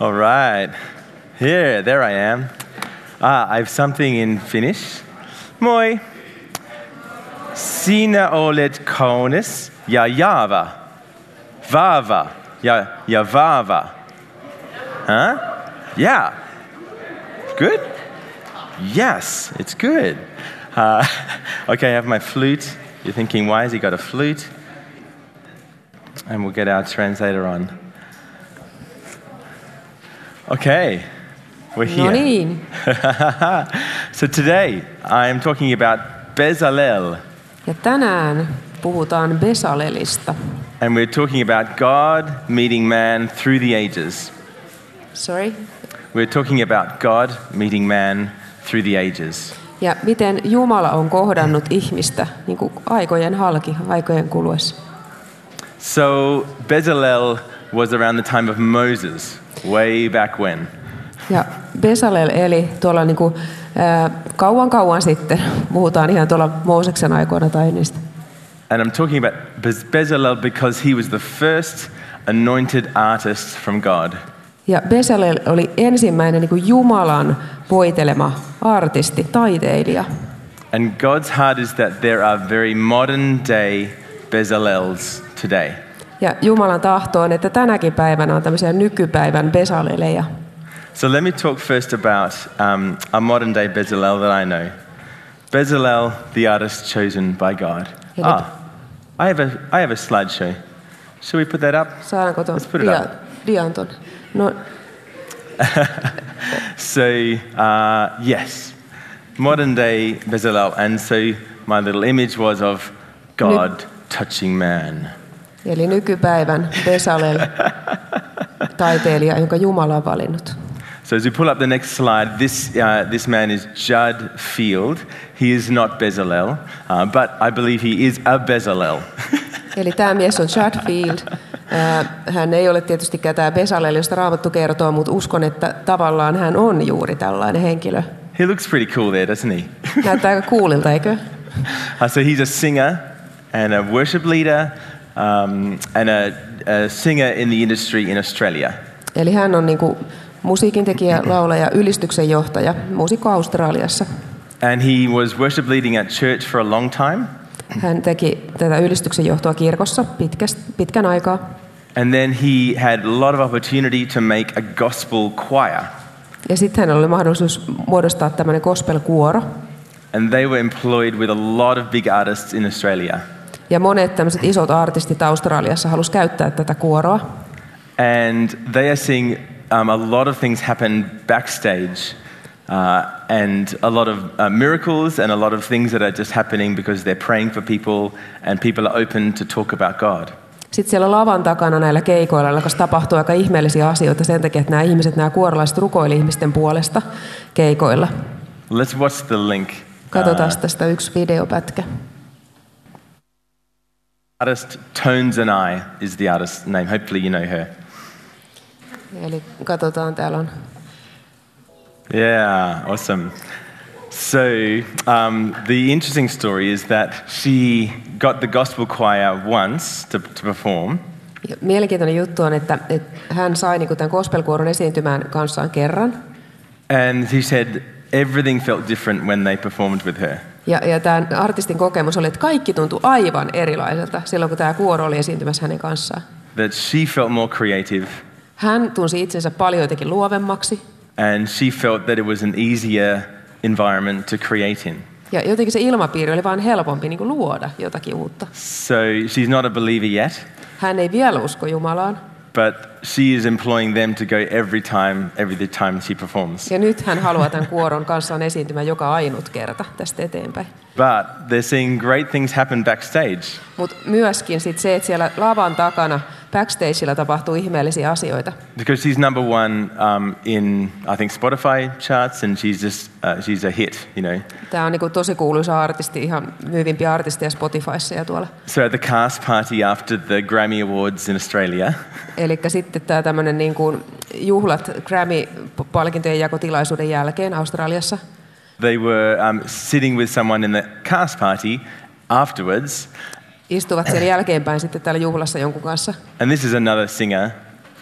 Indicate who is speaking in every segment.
Speaker 1: All right. Here, there I am. Ah, I have something in Finnish. Moi. Sinä olet kaunis ja java. Vava. Ja, ja vava. Huh? Yeah. Good? Yes, it's good. Uh, okay, I have my flute. You're thinking, why has he got a flute? And we'll get our translator on. Okay, we're here.
Speaker 2: No niin.
Speaker 1: So today I'm talking about Bezalel,
Speaker 2: Ja tänään puhutaan Besalelista.
Speaker 1: and we're talking about God meeting man through the ages.
Speaker 2: Sorry.
Speaker 1: We're talking about God meeting man through the ages.
Speaker 2: Ja miten Jumala on kohdannut ihmistä niin kuin aikojen halki, aikojen kuluessa.
Speaker 1: So Bezalel was around the time of Moses, way back when.
Speaker 2: Ja Besalel eli tuolla niin kuin, ää, kauan kauan sitten, puhutaan ihan tuolla Mooseksen aikoina tai niistä.
Speaker 1: And I'm talking about Bez- Bezalel because he was the first anointed artist from God.
Speaker 2: Ja Besalel oli ensimmäinen niin kuin Jumalan voitelema artisti, taiteilija.
Speaker 1: And God's heart is that there are very modern day Bezalels today.
Speaker 2: Ja Jumalan tahto on, että tänäkin päivänä on tämmöisiä nykypäivän Besaleleja.
Speaker 1: So let me talk first about um, a modern day Bezalel that I know. Bezalel, the artist chosen by God.
Speaker 2: Hey, look.
Speaker 1: Ah, I have a, I have a slideshow. Should we put that up?
Speaker 2: Saadaanko tuon
Speaker 1: Let's put it
Speaker 2: dia,
Speaker 1: up.
Speaker 2: dian ton? No,
Speaker 1: So, uh, yes, modern day Bezalel. And so my little image was of God touching man.
Speaker 2: eli nykypäivän Besalel, taiteilija, jonka Jumala on valinnut.
Speaker 1: So, as we pull up the next slide, this, uh, this man is Judd Field. He is not Bezalel, uh, but I believe he is a Bezalel.
Speaker 2: Eli tämä mies on Chadfield. Hän ei ole tietystikään tämä Besalel, josta Raamattu kertoo, mutta uskon, että tavallaan hän on juuri tällainen henkilö.
Speaker 1: He looks pretty cool there, doesn't he?
Speaker 2: Näyttää aika coolilta, eikö?
Speaker 1: Uh, so he's a singer and a worship leader um, and a, a singer in the industry in Australia.
Speaker 2: Eli hän on niin kuin musiikintekijä, laulaja, ylistyksen johtaja, muusikko Australiassa.
Speaker 1: And he was worship leading at church for a long time.
Speaker 2: Hän teki tätä ylistyksen johtoa kirkossa pitkäst, pitkän aikaa.
Speaker 1: And then he had a lot of opportunity to make a gospel choir.
Speaker 2: Ja sitten hänellä oli mahdollisuus muodostaa tämmöinen gospelkuoro.
Speaker 1: And they were employed with a lot of big artists in Australia.
Speaker 2: Ja monet tämmöiset isot artistit Australiassa halusi käyttää tätä kuoroa.
Speaker 1: And they are seeing um, a lot of things happen backstage. Uh, and a lot of uh, miracles and a lot of things that are just happening because they're praying for people and people are open to talk about God.
Speaker 2: Sitten siellä lavan takana näillä keikoilla alkoi tapahtua aika ihmeellisiä asioita sen takia, että nämä ihmiset, nämä kuorolaiset rukoili ihmisten puolesta keikoilla.
Speaker 1: Let's watch the link.
Speaker 2: Katsotaan tästä yksi videopätkä.
Speaker 1: Uh, Artist Tones and I is the artist's name. Hopefully, you know her.
Speaker 2: Eli katsotaan, täällä on.
Speaker 1: Yeah, awesome. So, um, the interesting story is that she got the gospel choir once to, to perform,
Speaker 2: Ja Mielenkiintoinen juttu on, että, että hän sai niin kuin tämän gospelkuoron esiintymään kanssaan kerran.
Speaker 1: and she said everything felt different when they performed with her.
Speaker 2: Ja, ja tämän artistin kokemus oli, että kaikki tuntui aivan erilaiselta silloin, kun tämä kuoro oli esiintymässä hänen kanssaan.
Speaker 1: That she felt more creative,
Speaker 2: Hän tunsi itsensä paljon jotenkin luovemmaksi.
Speaker 1: and she felt that it was an easier environment to create in.
Speaker 2: Ja jotenkin se ilmapiiri oli vaan helpompi niin kuin luoda jotakin uutta.
Speaker 1: So, she's not a believer yet,
Speaker 2: Hän ei vielä usko Jumalaan.
Speaker 1: but she is employing them to go every time, every time she performs.
Speaker 2: Ja nyt hän haluaa tämän kuoron kanssaan esiintymään joka ainut kerta tästä eteenpäin.
Speaker 1: But they're seeing great things happen backstage.
Speaker 2: Mutta myöskin sit se, että siellä lavan takana backstageilla tapahtuu ihmeellisiä asioita.
Speaker 1: Because she's number one um, in, I think, Spotify charts, and she's just uh, she's a hit, you know.
Speaker 2: Tämä on niinku tosi kuuluisa artisti, ihan myyvimpiä artisteja Spotifyssa ja tuolla.
Speaker 1: So at the cast party after the Grammy Awards in Australia,
Speaker 2: Eli sitten tämä tämmöinen niin kuin juhlat Grammy-palkintojen jakotilaisuuden jälkeen Australiassa.
Speaker 1: they were um, sitting with someone in the cast party afterwards,
Speaker 2: Istuvat sen jälkeenpäin sitten täällä juhlassa jonkun kanssa.
Speaker 1: and this is another singer.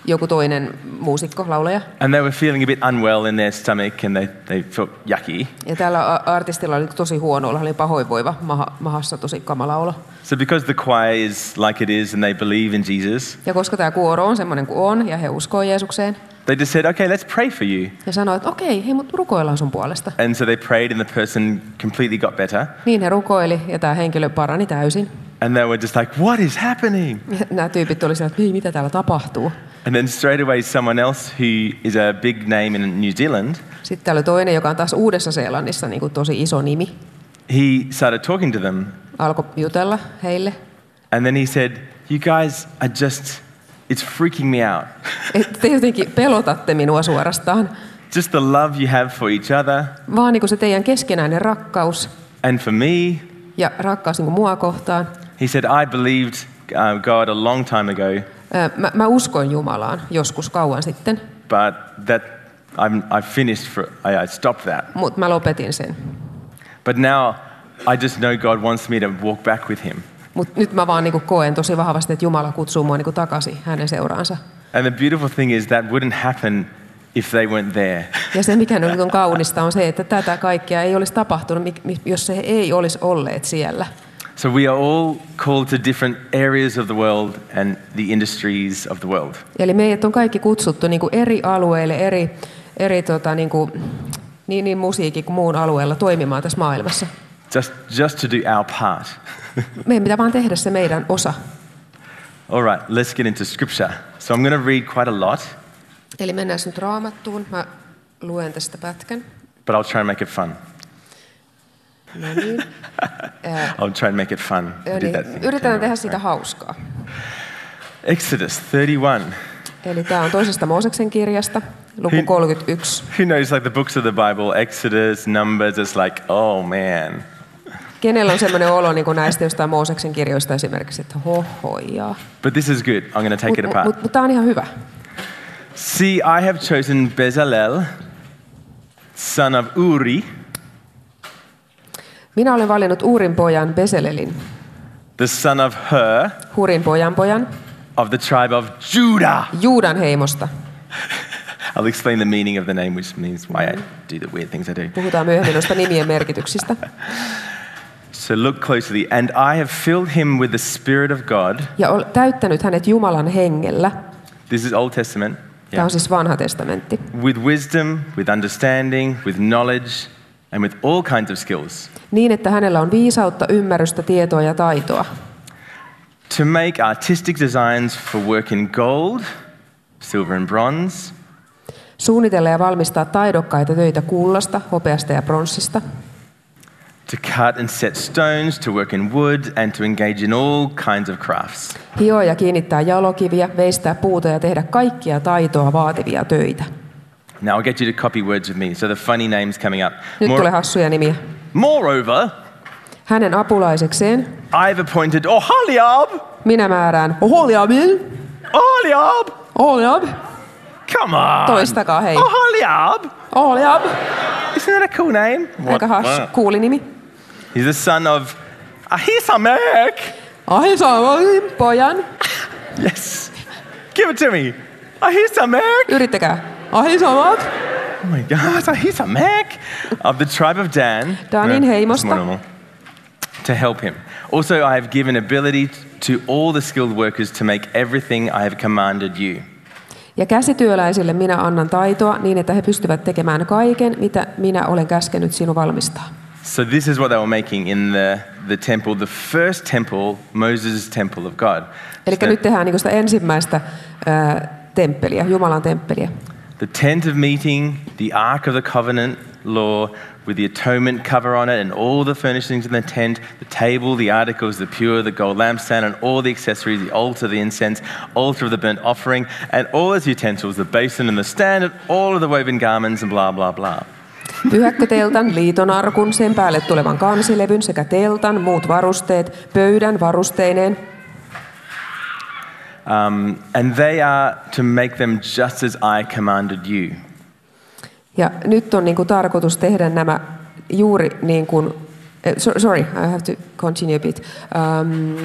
Speaker 2: joku toinen muusikko, laulaja.
Speaker 1: And they were feeling a bit unwell in their stomach and they, they felt yucky.
Speaker 2: Ja tällä a- artistilla oli tosi huono olla, hän oli pahoinvoiva, maha, mahassa tosi kamala olo.
Speaker 1: So because the choir is like it is and they believe in Jesus,
Speaker 2: Ja koska tämä kuoro on semmoinen kuin on, ja he uskoo Jeesukseen,
Speaker 1: they just said, okay, let's pray for you.
Speaker 2: ja sanoo, että okei, hei, mutta rukoillaan sun puolesta.
Speaker 1: And so they prayed and the person completely got better.
Speaker 2: Niin he rukoili, ja tämä henkilö parani täysin.
Speaker 1: And they were just like, what is happening?
Speaker 2: Ja Nämä tyypit oli siellä, että "Hei, mitä täällä tapahtuu.
Speaker 1: And then straight away, someone else who is a big name in New Zealand,
Speaker 2: Sitten täällä oli toinen, joka on taas Uudessa-Seelannissa niin kuin tosi iso nimi,
Speaker 1: he started talking to them.
Speaker 2: alkoi jutella heille.
Speaker 1: And then he said, you guys are just, it's freaking me out.
Speaker 2: Että te jotenkin pelotatte minua suorastaan.
Speaker 1: Just the love you have for each other
Speaker 2: Vaan niin kuin se teidän keskenäinen rakkaus
Speaker 1: and for me.
Speaker 2: ja rakkaus niin kuin mua kohtaan.
Speaker 1: He said, I believed uh, God a long time ago,
Speaker 2: Ö, Mä, mä uskoin Jumalaan joskus kauan sitten,
Speaker 1: but that I'm, I finished, for, I, I stopped that.
Speaker 2: mutta mä lopetin sen.
Speaker 1: But now I just know God wants me to walk back with him.
Speaker 2: Mutta nyt mä vaan niin kuin koen tosi vahvasti, että Jumala kutsuu mua niin kuin takaisin hänen seuraansa.
Speaker 1: And the beautiful thing is that wouldn't happen if they weren't there.
Speaker 2: Ja se, mikä nyt on kaunista, on se, että tätä kaikkea ei olisi tapahtunut, mik- mi- jos se ei olisi olleet siellä.
Speaker 1: So we are all called to different areas of the world and the industries of the world.
Speaker 2: Eli meidät on kaikki kutsuttu niin kuin eri alueille, eri, eri tota, niin, kuin, niin, niin musiikin kuin muun alueella toimimaan tässä maailmassa.
Speaker 1: Just, just to do our part.
Speaker 2: Meidän pitää vaan tehdä se meidän osa.
Speaker 1: All right, let's get into scripture. So I'm going to read quite a lot,
Speaker 2: Eli mennään nyt raamattuun. Mä luen tästä pätkän.
Speaker 1: but I'll try and make it fun.
Speaker 2: No niin.
Speaker 1: I'll try and make it fun. I did that
Speaker 2: Ö, niin.
Speaker 1: thing.
Speaker 2: Yritetään tehdä siitä hauskaa.
Speaker 1: Exodus 31.
Speaker 2: Eli tämä on toisesta Mooseksen kirjasta, luku
Speaker 1: Hin-
Speaker 2: 31.
Speaker 1: Who knows, like the books of the Bible, Exodus, Numbers, it's like, oh man.
Speaker 2: Kenellä on sellainen olo niin kuin näistä jostain Mooseksen kirjoista esimerkiksi, että hohojaa.
Speaker 1: But this is good. I'm going to take it
Speaker 2: Mutta
Speaker 1: apart.
Speaker 2: mut, mut tämä on ihan hyvä.
Speaker 1: See, I have chosen Bezalel, son of Uri,
Speaker 2: Minä olen valinnut Uurin pojan Beselelin,
Speaker 1: the son of Hur,
Speaker 2: Hurin pojan pojan,
Speaker 1: of the tribe of Judah.
Speaker 2: Juudan heimosta.
Speaker 1: I'll explain the meaning of the name, which means why I do the weird things I do.
Speaker 2: Puhutaan myöhemmin noista nimien merkityksistä.
Speaker 1: So look closely. And I have filled him with the Spirit of God.
Speaker 2: Ja olen täyttänyt hänet Jumalan hengellä.
Speaker 1: This is Old Testament.
Speaker 2: Tämä
Speaker 1: Yeah.
Speaker 2: on siis vanha testamentti.
Speaker 1: With wisdom, with understanding, with knowledge, and with all kinds of skills.
Speaker 2: Niin, että hänellä on viisautta, ymmärrystä, tietoa ja taitoa.
Speaker 1: to make artistic designs for work in gold, silver, and bronze,
Speaker 2: Suunnitella ja valmistaa taidokkaita töitä kullasta, hopeasta ja pronssista.
Speaker 1: to cut and set stones, to work in wood, and to engage in all kinds of crafts.
Speaker 2: Hioa ja kiinnittää jalokiviä, veistää puuta ja tehdä kaikkia taitoa vaativia töitä.
Speaker 1: Now, I'll get you to copy words with me. So the funny name's coming up.
Speaker 2: Nyt
Speaker 1: More-
Speaker 2: tulee hassuja nimiä.
Speaker 1: Moreover,
Speaker 2: Hänen apulaisekseen
Speaker 1: I've appointed Oholiab.
Speaker 2: minä määrään Oholiabin,
Speaker 1: Oholiab,
Speaker 2: Oholiab,
Speaker 1: come on.
Speaker 2: Toistakaa, hei.
Speaker 1: Oholiab,
Speaker 2: Oholiab.
Speaker 1: isn't that a cool name?
Speaker 2: Aika hassu, kuuli nimi.
Speaker 1: He's the son of Ahisamek.
Speaker 2: Ahisaamarin pojan.
Speaker 1: Yes, give it to me. Ahisamek.
Speaker 2: Yrittäkää. Ahisaamat.
Speaker 1: Oh my gosh, he's a Mac of the tribe of Dan.
Speaker 2: Danin
Speaker 1: No,
Speaker 2: heimosta.
Speaker 1: it's more normal. To help him. Also, I have given ability to all the skilled workers to make everything I have commanded you.
Speaker 2: Ja käsityöläisille minä annan taitoa niin, että he pystyvät tekemään kaiken, mitä minä olen käskenyt sinun valmistaa.
Speaker 1: So this is what they were making in the, the temple, the first temple, Moses' temple of God.
Speaker 2: Eli
Speaker 1: So
Speaker 2: nyt tehdään niin sitä ensimmäistä ää, temppeliä, Jumalan temppeliä.
Speaker 1: the tent of meeting, the ark of the covenant law with the atonement cover on it and all the furnishings in the tent, the table, the articles, the pure, the gold lampstand and all the accessories, the altar, the incense, altar of the burnt offering and all its utensils, the basin and the stand and all of the woven garments and blah, blah, blah.
Speaker 2: Pyhäkköteltan, liitonarkun, sen päälle tulevan kansilevyn sekä teltan, muut varusteet, pöydän varusteineen.
Speaker 1: Um, and they are to make them just as I commanded you.
Speaker 2: niinku Ja nyt on niin kuin tarkoitus tehdä nämä juuri niin kuin Eh, so- Sorry, I have to continue a bit. Um,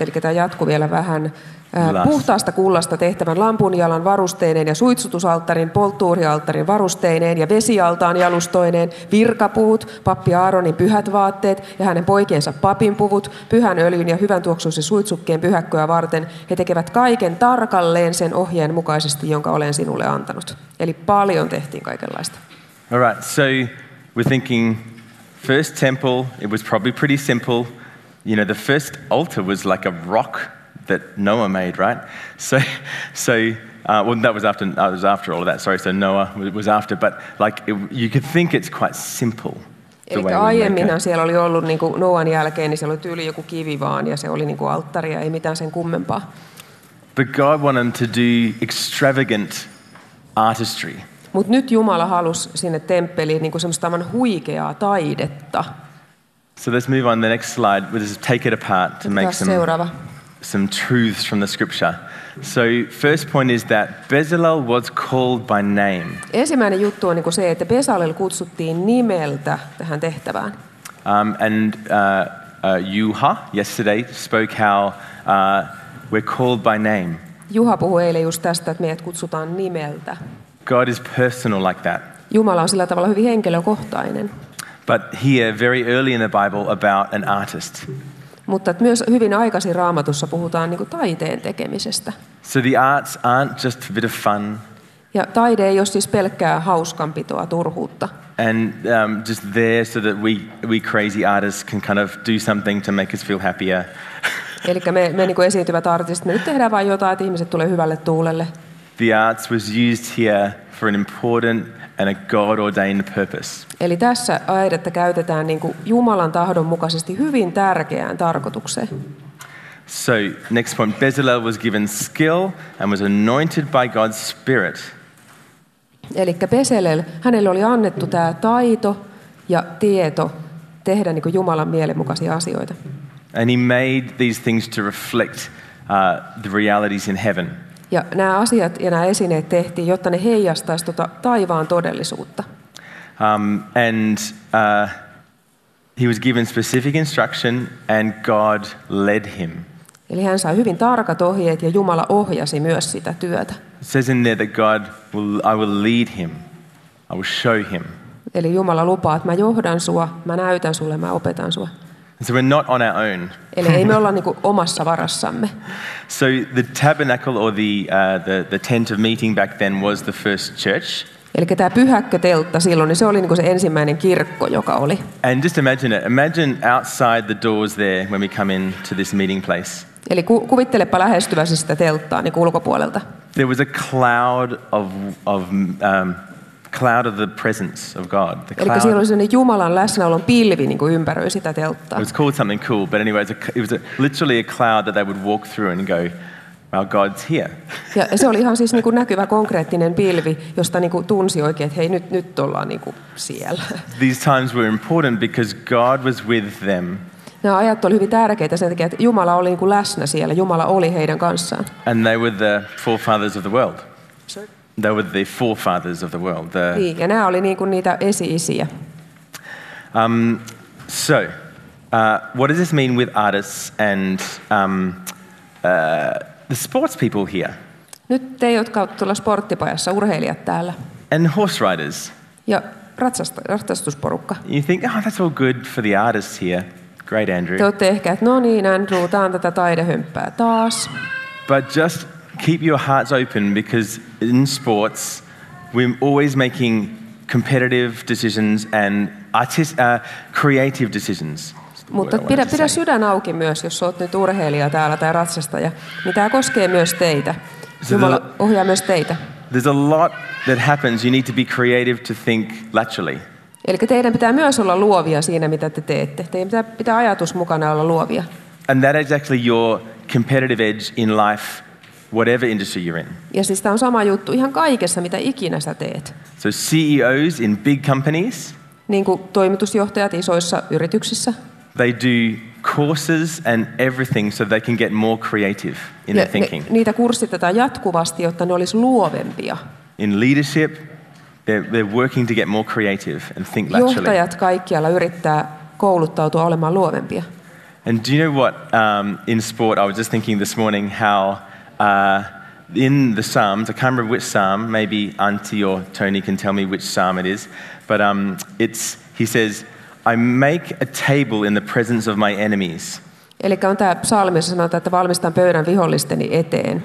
Speaker 2: eli tämä jatkuu vielä vähän. Äh,
Speaker 1: Last.
Speaker 2: Puhtaasta kullasta tehtävän lampunjalan varusteineen ja suitsutusalttarin, polttuurialttarin varusteineen ja vesialtaan jalustoineen, virkapuut, pappi Aaronin pyhät vaatteet ja hänen poikiensa papinpuvut, pyhän öljyn ja hyvän tuoksuisen suitsukkeen pyhäkköä varten. He tekevät kaiken tarkalleen sen ohjeen mukaisesti, jonka olen sinulle antanut. Eli paljon tehtiin kaikenlaista.
Speaker 1: All right, so we're thinking first temple, it was probably pretty simple. You know, the first altar was like a rock that Noah made, right? So, so uh, well, that was after, uh, it was after all of that, sorry, so Noah was- was after, but like it, you could think it's quite simple. the way we
Speaker 2: Eli
Speaker 1: make it.
Speaker 2: aiemminhan siellä oli ollut niin kuin Noan jälkeen, niin siellä oli tyyli joku kivi vaan ja se oli niin kuin alttari ja ei mitään sen kummempaa.
Speaker 1: But God wanted to do extravagant artistry.
Speaker 2: Mutta nyt Jumala halusi sinne temppeliin niin kuin semmoista aivan huikeaa taidetta.
Speaker 1: So let's move on to the next slide. We'll just take it apart to make
Speaker 2: Otetaan
Speaker 1: some
Speaker 2: seuraava.
Speaker 1: some truths from the scripture. So, first point is that Bezalel was called by name.
Speaker 2: Ensimmäinen juttu on niin kuin se, että Besalel kutsuttiin nimeltä tähän tehtävään.
Speaker 1: Um, and uh, uh, Yuha yesterday spoke how uh, we're called by name.
Speaker 2: Juha puhui eilen just tästä, että meidät kutsutaan nimeltä.
Speaker 1: God is personal like that.
Speaker 2: Jumala on sillä tavalla hyvin henkilökohtainen.
Speaker 1: But here, very early in the Bible, about an artist.
Speaker 2: Mutta et myös hyvin aikaisin raamatussa puhutaan niin kuin taiteen tekemisestä.
Speaker 1: So, the arts aren't just a bit of fun
Speaker 2: Ja taide ei ole siis pelkkää hauskanpitoa, turhuutta,
Speaker 1: and um, just there so that we, we crazy artists can kind of do something to make us feel happier.
Speaker 2: Eli me, me niin esiintyvät artistit, me nyt tehdään vain jotain, että ihmiset tulee hyvälle tuulelle.
Speaker 1: The arts was used here for an important and a God ordained purpose.
Speaker 2: Eli tässä aidetta käytetään niin kuin Jumalan tahdon mukaisesti hyvin tärkeään tarkoitukseen.
Speaker 1: So, next point Bezalel was given skill and was anointed by God's Spirit.
Speaker 2: Eli Peselel, hänelle oli annettu tämä taito ja tieto tehdä niin kuin Jumalan mielenmukaisia asioita.
Speaker 1: And he made these things to reflect uh, the realities in heaven.
Speaker 2: Ja nämä asiat ja nämä esineet tehtiin, jotta ne heijastaisi tuota taivaan todellisuutta.
Speaker 1: Um, and uh, he was given specific instruction, and God led him.
Speaker 2: Eli hän sai hyvin tarkat ohjeet ja Jumala ohjasi myös sitä työtä.
Speaker 1: It says in there that God will, I will lead him, I will show him.
Speaker 2: Eli Jumala lupaa, että mä johdan sua, mä näytän sulle, mä opetan sua.
Speaker 1: And so we're not on our own.
Speaker 2: Eli ei me olla niin kuin omassa varassamme.
Speaker 1: So the tabernacle or the, uh, the, the tent of meeting back then was the first church.
Speaker 2: Eli tämä pyhäkköteltta silloin, niin se oli niin kuin se ensimmäinen kirkko, joka oli.
Speaker 1: And just imagine it. Imagine outside the doors there when we come in to this meeting place.
Speaker 2: Eli ku, kuvittelepa lähestyväsi sitä telttaa niin kuin ulkopuolelta.
Speaker 1: There was a cloud of, of um, cloud of the presence of God. The
Speaker 2: Eli siellä
Speaker 1: cloud.
Speaker 2: oli sellainen Jumalan läsnäolon pilvi niin kuin ympäröi sitä
Speaker 1: It
Speaker 2: telttaa.
Speaker 1: was called something cool, but anyway, it was, a, it was a, literally a cloud that they would walk through and go, "Wow, God's here."
Speaker 2: Ja se oli ihan siis niin kuin näkyvä konkreettinen pilvi, josta niin kuin tunsi oikein, että hei nyt, nyt ollaan niin kuin siellä.
Speaker 1: These times were important because God was with them,
Speaker 2: Nämä ajat oli hyvin tärkeitä sen takia, että Jumala oli niin kuin läsnä siellä. Jumala oli heidän kanssaan.
Speaker 1: and they were the forefathers of the world. They were the forefathers of the world. The,
Speaker 2: Niin, ja nämä oli niin kuin niitä esi-isiä.
Speaker 1: Um, so, uh, what does this mean with artists and um, uh, the sports people here
Speaker 2: Nyt te, jotka olette tuolla sporttipajassa, urheilijat täällä,
Speaker 1: and horse riders?
Speaker 2: ja ratsast- ratsastusporukka.
Speaker 1: You think, oh, that's all good for the artists here. Great,
Speaker 2: Te
Speaker 1: Andrew.
Speaker 2: olette ehkä, että no niin Andrew, tää on tätä taidehömppää taas.
Speaker 1: But just keep your hearts open because in sports, we're always making competitive decisions and artist, uh, creative decisions. That's the word I
Speaker 2: Mutta
Speaker 1: wanted
Speaker 2: pidä,
Speaker 1: to
Speaker 2: pidä
Speaker 1: say.
Speaker 2: sydän auki myös, jos olet nyt urheilija täällä tai ratsastaja. Niin tämä koskee myös teitä.
Speaker 1: Se-
Speaker 2: Jumala ohjaa myös teitä.
Speaker 1: There's a lot that happens. You need to be creative to think laterally.
Speaker 2: Eli teidän pitää myös olla luovia siinä, mitä te teette. Teidän pitää, pitää ajatus mukana olla luovia.
Speaker 1: And that is actually your competitive edge in life, whatever industry you're in.
Speaker 2: Ja siis tämä on sama juttu ihan kaikessa, mitä ikinä sä teet.
Speaker 1: So, CEOs in big companies,
Speaker 2: Niin kuin toimitusjohtajat isoissa yrityksissä.
Speaker 1: they do courses and everything so they can get more creative in
Speaker 2: Ne,
Speaker 1: their thinking.
Speaker 2: ne, niitä kurssitetaan jatkuvasti, jotta ne olisi luovempia.
Speaker 1: In leadership, they're, they're working to get more creative and think laterally.
Speaker 2: Johtajat kaikkialla yrittää kouluttautua olemaan luovempia.
Speaker 1: And do you know what? Um, in sport, I was just thinking this morning how uh, in the Psalms, I can't remember which Psalm, maybe Auntie or Tony can tell me which Psalm it is, but um, it's, he says, I make a table in the presence of my enemies.
Speaker 2: Eli on tämä psalmi, jossa sanotaan, että valmistan pöydän vihollisteni eteen.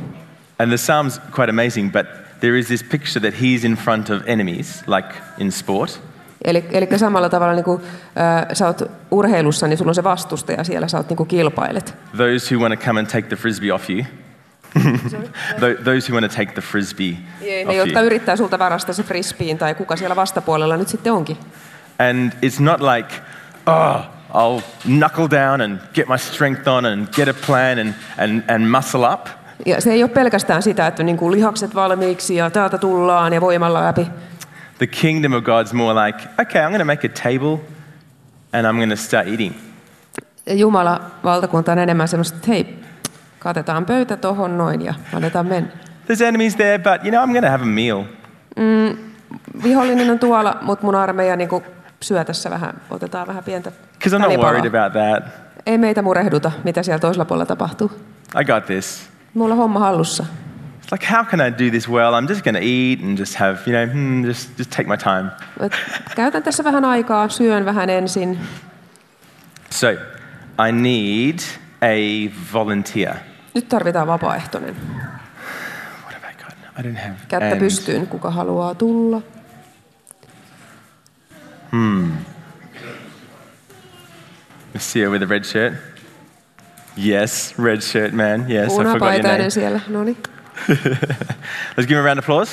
Speaker 1: And the Psalm's quite amazing, but there is this picture that he's in front of enemies, like in sport.
Speaker 2: Eli, eli samalla tavalla niin kuin, äh, sä oot urheilussa, niin sulla on se vastustaja siellä, sä oot niin kuin kilpailet.
Speaker 1: Those who want to come and take the frisbee off you. Tho- Those who want to take the frisbee
Speaker 2: Ne,
Speaker 1: off
Speaker 2: jotka
Speaker 1: you.
Speaker 2: yrittää sulta varastaa se frisbeen tai kuka siellä vastapuolella nyt sitten onkin.
Speaker 1: And it's not like, oh, I'll knuckle down and get my strength on and get a plan and, and, and muscle up.
Speaker 2: Ja se ei ole pelkästään sitä, että niin kuin lihakset valmiiksi ja täältä tullaan ja voimalla läpi.
Speaker 1: The kingdom of God's more like, okay, I'm going to make a table and I'm going to start eating.
Speaker 2: Jumala valtakunta on enemmän semmoista, että hei, katetaan pöytä tohon noin ja annetaan mennä.
Speaker 1: There's enemies there, but you know, I'm going to have a meal.
Speaker 2: Vihollinen on tuolla, mutta mun armeija niin kuin syö tässä vähän, otetaan vähän pientä
Speaker 1: Because I'm not
Speaker 2: välipalaa.
Speaker 1: worried about that.
Speaker 2: Ei meitä murehduta, mitä siellä toisella puolella tapahtuu.
Speaker 1: I got this.
Speaker 2: Mulla on homma hallussa.
Speaker 1: It's like, how can I do this well? I'm just going to eat and just have, you know, hmm, just, just take my time.
Speaker 2: Et käytän tässä vähän aikaa, syön vähän ensin.
Speaker 1: So, I need a volunteer.
Speaker 2: Nyt tarvitaan vapaaehtoinen.
Speaker 1: What have I got? I don't have.
Speaker 2: Kättä
Speaker 1: and-
Speaker 2: pystyyn, kuka haluaa tulla.
Speaker 1: Monsieur with a red shirt. Yes, red shirt man. Yes, I forgot your name.
Speaker 2: Punapaitainen siellä, no niin.
Speaker 1: Let's give him a round of applause.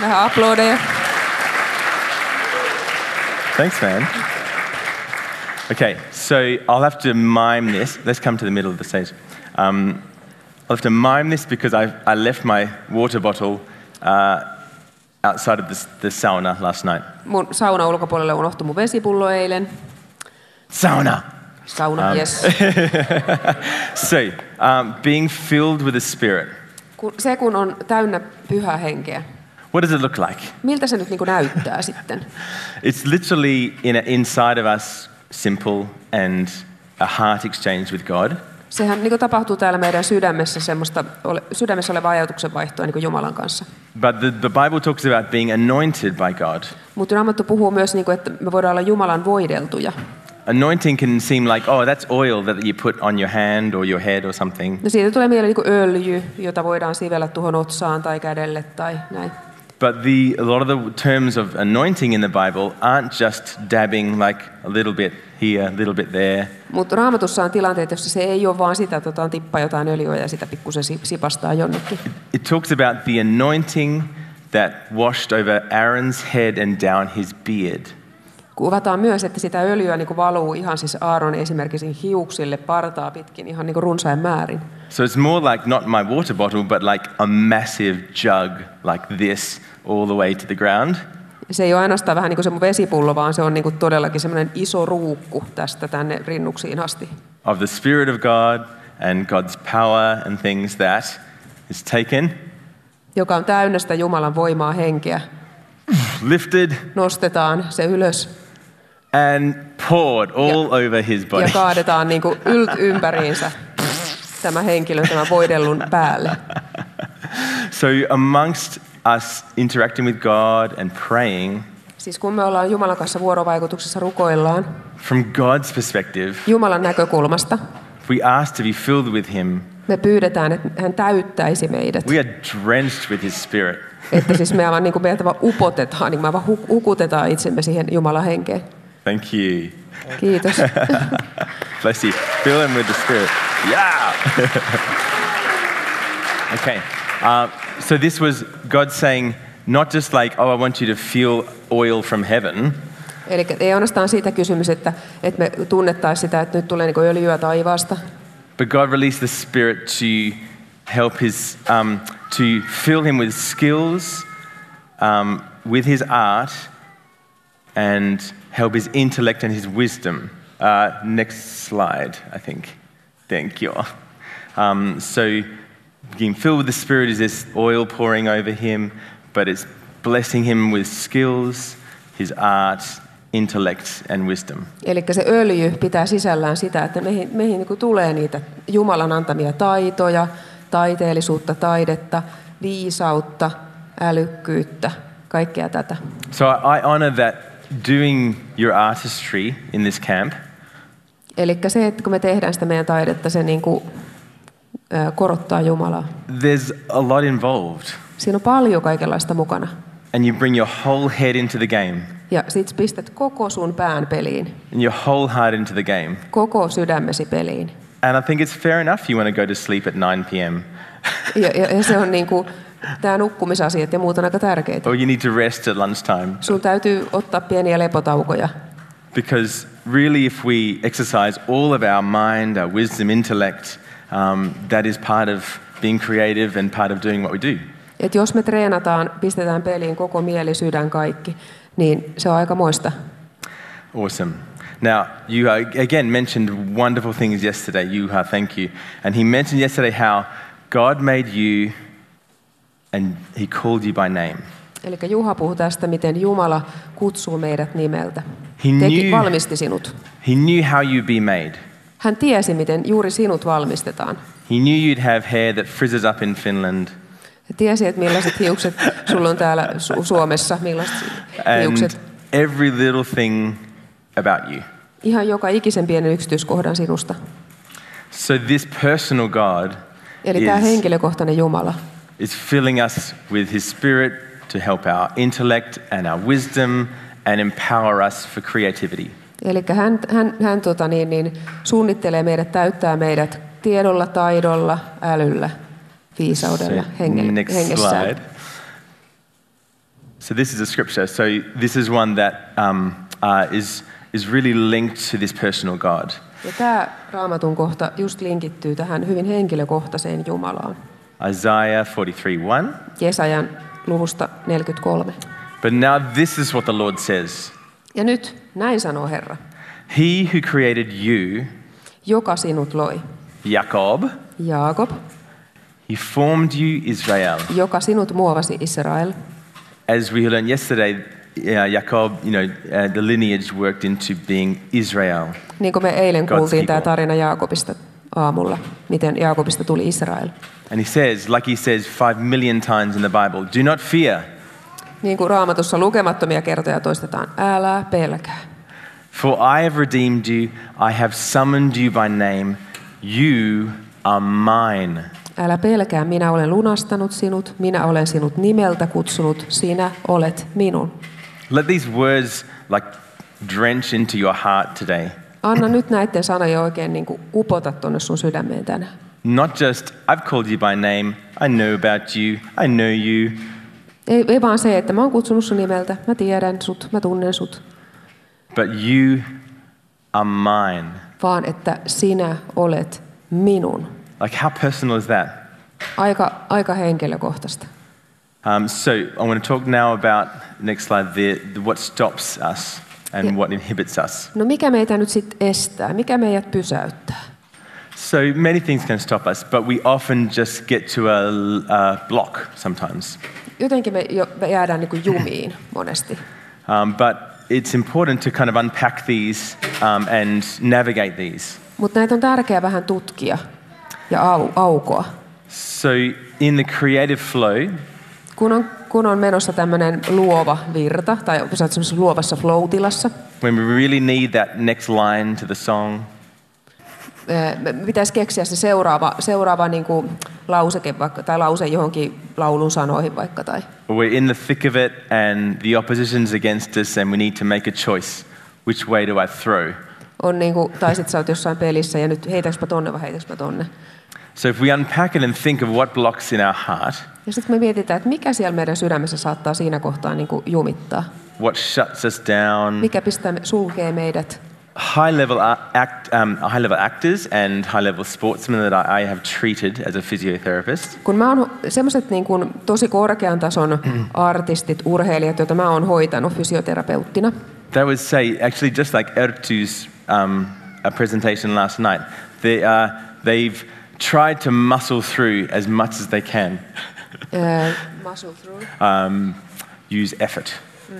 Speaker 2: Vähän aplodeja.
Speaker 1: Thanks, man. Okay, so I'll have to mime this. Let's come to the middle of the stage. Um, I'll have to mime this because I, I left my water bottle uh, outside of the, the sauna last night.
Speaker 2: Mun sauna ulkopuolelle unohtui mun vesipullo eilen.
Speaker 1: Sauna!
Speaker 2: Sauna, um. yes.
Speaker 1: So, um, being filled with the Spirit,
Speaker 2: Kun, se kun on täynnä pyhää henkeä.
Speaker 1: what does it look like?
Speaker 2: Miltä se nyt niin kuin näyttää sitten?
Speaker 1: It's literally in inside of us, simple, and a heart exchange with God.
Speaker 2: Sehän niin kuin tapahtuu täällä meidän sydämessä semmoista, ole- sydämessä olevaa ajatuksen vaihtoa niin kuin Jumalan kanssa.
Speaker 1: But the, the Bible talks about being anointed by God.
Speaker 2: Mutta Raamattu puhuu myös, niin kuin, että me voidaan olla Jumalan voideltuja.
Speaker 1: Anointing can seem like, oh, that's oil that you put on your hand or your head or something.
Speaker 2: No siitä tulee mieleen niin kuin öljy, jota voidaan sivellä tuohon otsaan tai kädelle tai näin.
Speaker 1: But the, a lot of the terms of anointing in the Bible aren't just dabbing like a little bit here, a little bit there.
Speaker 2: Mutta raamatussa on tilanteet, jossa se ei ole vaan sitä, että otetaan tippa jotain öljyä ja sitä pikkusen si- sipastaa jonnekin.
Speaker 1: It talks about the anointing that washed over Aaron's head and down his beard.
Speaker 2: Kuvataan myös, että sitä öljyä niin kuin valuu ihan siis Aaron esimerkiksi hiuksille partaa pitkin ihan niin kuin runsain määrin.
Speaker 1: So it's more like not my water bottle, but like a massive jug like this all the way to the ground.
Speaker 2: Se ei ole ainoastaan vähän niin kuin se mun vesipullo, vaan se on niin kuin todellakin semmoinen iso ruukku tästä tänne rinnuksiin asti.
Speaker 1: of the Spirit of God and God's power and things that is taken,
Speaker 2: joka on täynnä sitä Jumalan voimaa henkeä.
Speaker 1: lifted,
Speaker 2: Nostetaan se ylös
Speaker 1: and poured all over his
Speaker 2: ja
Speaker 1: body.
Speaker 2: kaadetaan niin kuin ylt ympäriinsä tämä henkilö tämän voidellun päälle.
Speaker 1: So, amongst us interacting with God and praying,
Speaker 2: Siis kun me ollaan Jumalan kanssa vuorovaikutuksessa, rukoillaan
Speaker 1: from God's perspective,
Speaker 2: Jumalan näkökulmasta,
Speaker 1: if we ask to be filled with Him,
Speaker 2: me pyydetään, että hän täyttäisi meidät.
Speaker 1: we are drenched with His Spirit.
Speaker 2: Että siis me aivan, niin kuin meidät vaan upotetaan, niin me aivan huk- hukutetaan itsemme siihen Jumalan henkeen.
Speaker 1: Thank you.
Speaker 2: Kiitos.
Speaker 1: Bless you. Fill him with the Spirit. Yeah. okay. Uh, so this was God saying, not just like, oh, I want you to feel oil from heaven,
Speaker 2: Eli ei ainoastaan siitä kysymys, että, että me tunnettaisiin sitä, että nyt tulee niin kuin öljyä taivaasta,
Speaker 1: but God released the Spirit to help his, um, to fill him with skills, um, with his art, and help his intellect and his wisdom. Uh, next slide, I think. Thank you. Um, so, being filled with the Spirit is this oil pouring over him, but it's blessing him with skills, his art, intellect and wisdom.
Speaker 2: Eli se öljy pitää sisällään sitä, että meihin, meihin niin tulee niitä Jumalan antamia taitoja, taiteellisuutta, taidetta, viisautta, älykkyyttä, kaikkea tätä.
Speaker 1: So I honor that doing your artistry in this camp
Speaker 2: Eli se, että kun me tehdään sitä meidän taidetta, se niin kuin, ö, korottaa Jumalaa.
Speaker 1: There's a lot involved,
Speaker 2: Siinä on paljon kaikenlaista mukana.
Speaker 1: and you bring your whole head into the game
Speaker 2: Ja sit pistät koko sun pään peliin,
Speaker 1: and your whole heart into the game.
Speaker 2: koko sydämesi peliin.
Speaker 1: And I think it's fair enough you want to go to sleep at 9 p.m.
Speaker 2: Ja, ja, ja se on niin kuin, tämä nukkumisasiat ja muut on aika tärkeitä.
Speaker 1: or you need to rest at lunchtime.
Speaker 2: Sun täytyy ottaa pieniä lepotaukoja.
Speaker 1: Because really, if we exercise all of our mind, our wisdom, intellect, um, that is part of being creative and part of doing what we do.
Speaker 2: Et jos me treenataan, pistetään peliin koko mieli, sydän, kaikki, niin se on aika moista.
Speaker 1: Awesome. Now, you uh, again mentioned wonderful things yesterday. You, uh, thank you. And he mentioned yesterday how God made you and he called you by name.
Speaker 2: Eli Juha puhuu tästä, miten Jumala kutsuu meidät nimeltä.
Speaker 1: He
Speaker 2: Teki,
Speaker 1: knew-
Speaker 2: valmisti sinut.
Speaker 1: He knew how you'd be made.
Speaker 2: Hän tiesi, miten juuri sinut valmistetaan.
Speaker 1: He knew you'd have hair that frizzes up in Finland.
Speaker 2: Hän tiesi, että millaiset hiukset sulla on täällä Su- Suomessa, millaiset
Speaker 1: And
Speaker 2: hiukset.
Speaker 1: every little thing about you.
Speaker 2: Ihan joka ikisen pienen yksityiskohdan sinusta.
Speaker 1: So this personal God
Speaker 2: Eli tämä
Speaker 1: is,
Speaker 2: henkilökohtainen Jumala.
Speaker 1: is filling us with his spirit to help our intellect and our wisdom and empower us for creativity.
Speaker 2: Eli hän, hän, hän tota niin, niin, suunnittelee meidät, täyttää meidät tiedolla, taidolla, älyllä, viisaudella, hengellä,
Speaker 1: next slide.
Speaker 2: hengessään.
Speaker 1: So this is a scripture. So this is one that um, uh, is, is really linked to this personal God.
Speaker 2: Ja tämä raamatun kohta just linkittyy tähän hyvin henkilökohtaiseen Jumalaan.
Speaker 1: Isaiah 43, 1.
Speaker 2: Jesajan luvusta 43.
Speaker 1: But now this is what the Lord says.
Speaker 2: Ja nyt näin sanoo Herra,
Speaker 1: He who created you,
Speaker 2: joka sinut loi.
Speaker 1: Jacob,
Speaker 2: Jaakob,
Speaker 1: he formed you, Israel.
Speaker 2: joka sinut muovasi Israel.
Speaker 1: As we learned yesterday, uh, Jacob, you know, uh, the lineage worked into being Israel.
Speaker 2: Niin kuin me eilen
Speaker 1: God's
Speaker 2: kuultiin tämä
Speaker 1: people.
Speaker 2: tarina Jaakobista aamulla, miten Jaakobista tuli Israel.
Speaker 1: And he says, like he says five million times in the Bible, do not fear,
Speaker 2: Niin kuin raamatussa lukemattomia kertoja toistetaan, älä pelkää.
Speaker 1: for I have redeemed you, I have summoned you by name, you are mine.
Speaker 2: Älä pelkää, minä olen lunastanut sinut, minä olen sinut nimeltä kutsunut, sinä olet minun.
Speaker 1: Let these words like drench into your heart today.
Speaker 2: Anna nyt näiden sanoja oikein niin kuin upota tuonne sun sydämeen tänään.
Speaker 1: Not just, I've called you by name, I know about you, I know you,
Speaker 2: Ei, ei vaan se, että mä oon kutsunut sun nimeltä, mä tiedän sut, mä tunnen sut,
Speaker 1: but you are mine.
Speaker 2: vaan että sinä olet minun.
Speaker 1: Like, how personal is that?
Speaker 2: Aika, aika henkilökohtaista.
Speaker 1: Um, so I want to talk now about next slide the, the- what stops us and
Speaker 2: Yeah.
Speaker 1: what inhibits us.
Speaker 2: No mikä meitä nyt sitten estää? Mikä meidät pysäyttää?
Speaker 1: So many things can stop us, but we often just get to a, a block sometimes.
Speaker 2: Jotenkin me, jo, me jäädään niin kuin jumiin monesti.
Speaker 1: Um, but it's important to kind of unpack these um, and navigate these.
Speaker 2: Mutta näitä on tärkeää vähän tutkia ja au, aukoa.
Speaker 1: So in the creative flow,
Speaker 2: Kun on, kun on menossa tämmöinen luova virta, tai sä oot semmoisessa luovassa flow-tilassa,
Speaker 1: when we really need that next line to the song,
Speaker 2: ää, eh, me- me pitäisi keksiä se seuraava, seuraava niin kuin lauseke vaikka, tai lause johonkin laulun sanoihin vaikka. Tai.
Speaker 1: or we're in the thick of it and the opposition's against us and we need to make a choice. Which way do I throw?
Speaker 2: On niin kuin, tai sitten sä oot jossain pelissä ja nyt heitäks mä tonne vai heitäks mä tonne.
Speaker 1: So if we unpack it and think of what blocks in our heart,
Speaker 2: Ja sitten me mietitään, että mikä siellä meidän sydämessä saattaa siinä kohtaa niin kuin jumittaa.
Speaker 1: what shuts us down,
Speaker 2: Mikä pistää, me- sulkee meidät.
Speaker 1: high-level a- act, um, high-level actors and high-level sportsmen that I, I have treated as a physiotherapist,
Speaker 2: Kun mä oon semmoiset niin kuin tosi korkean tason
Speaker 1: Mm.
Speaker 2: artistit, urheilijat, joita mä oon hoitanut fysioterapeuttina,
Speaker 1: they would say, actually, just like Ertu's um, a presentation last night, they, uh, they've tried to muscle through as much as they can,
Speaker 2: ää, muscle through.
Speaker 1: um, use effort.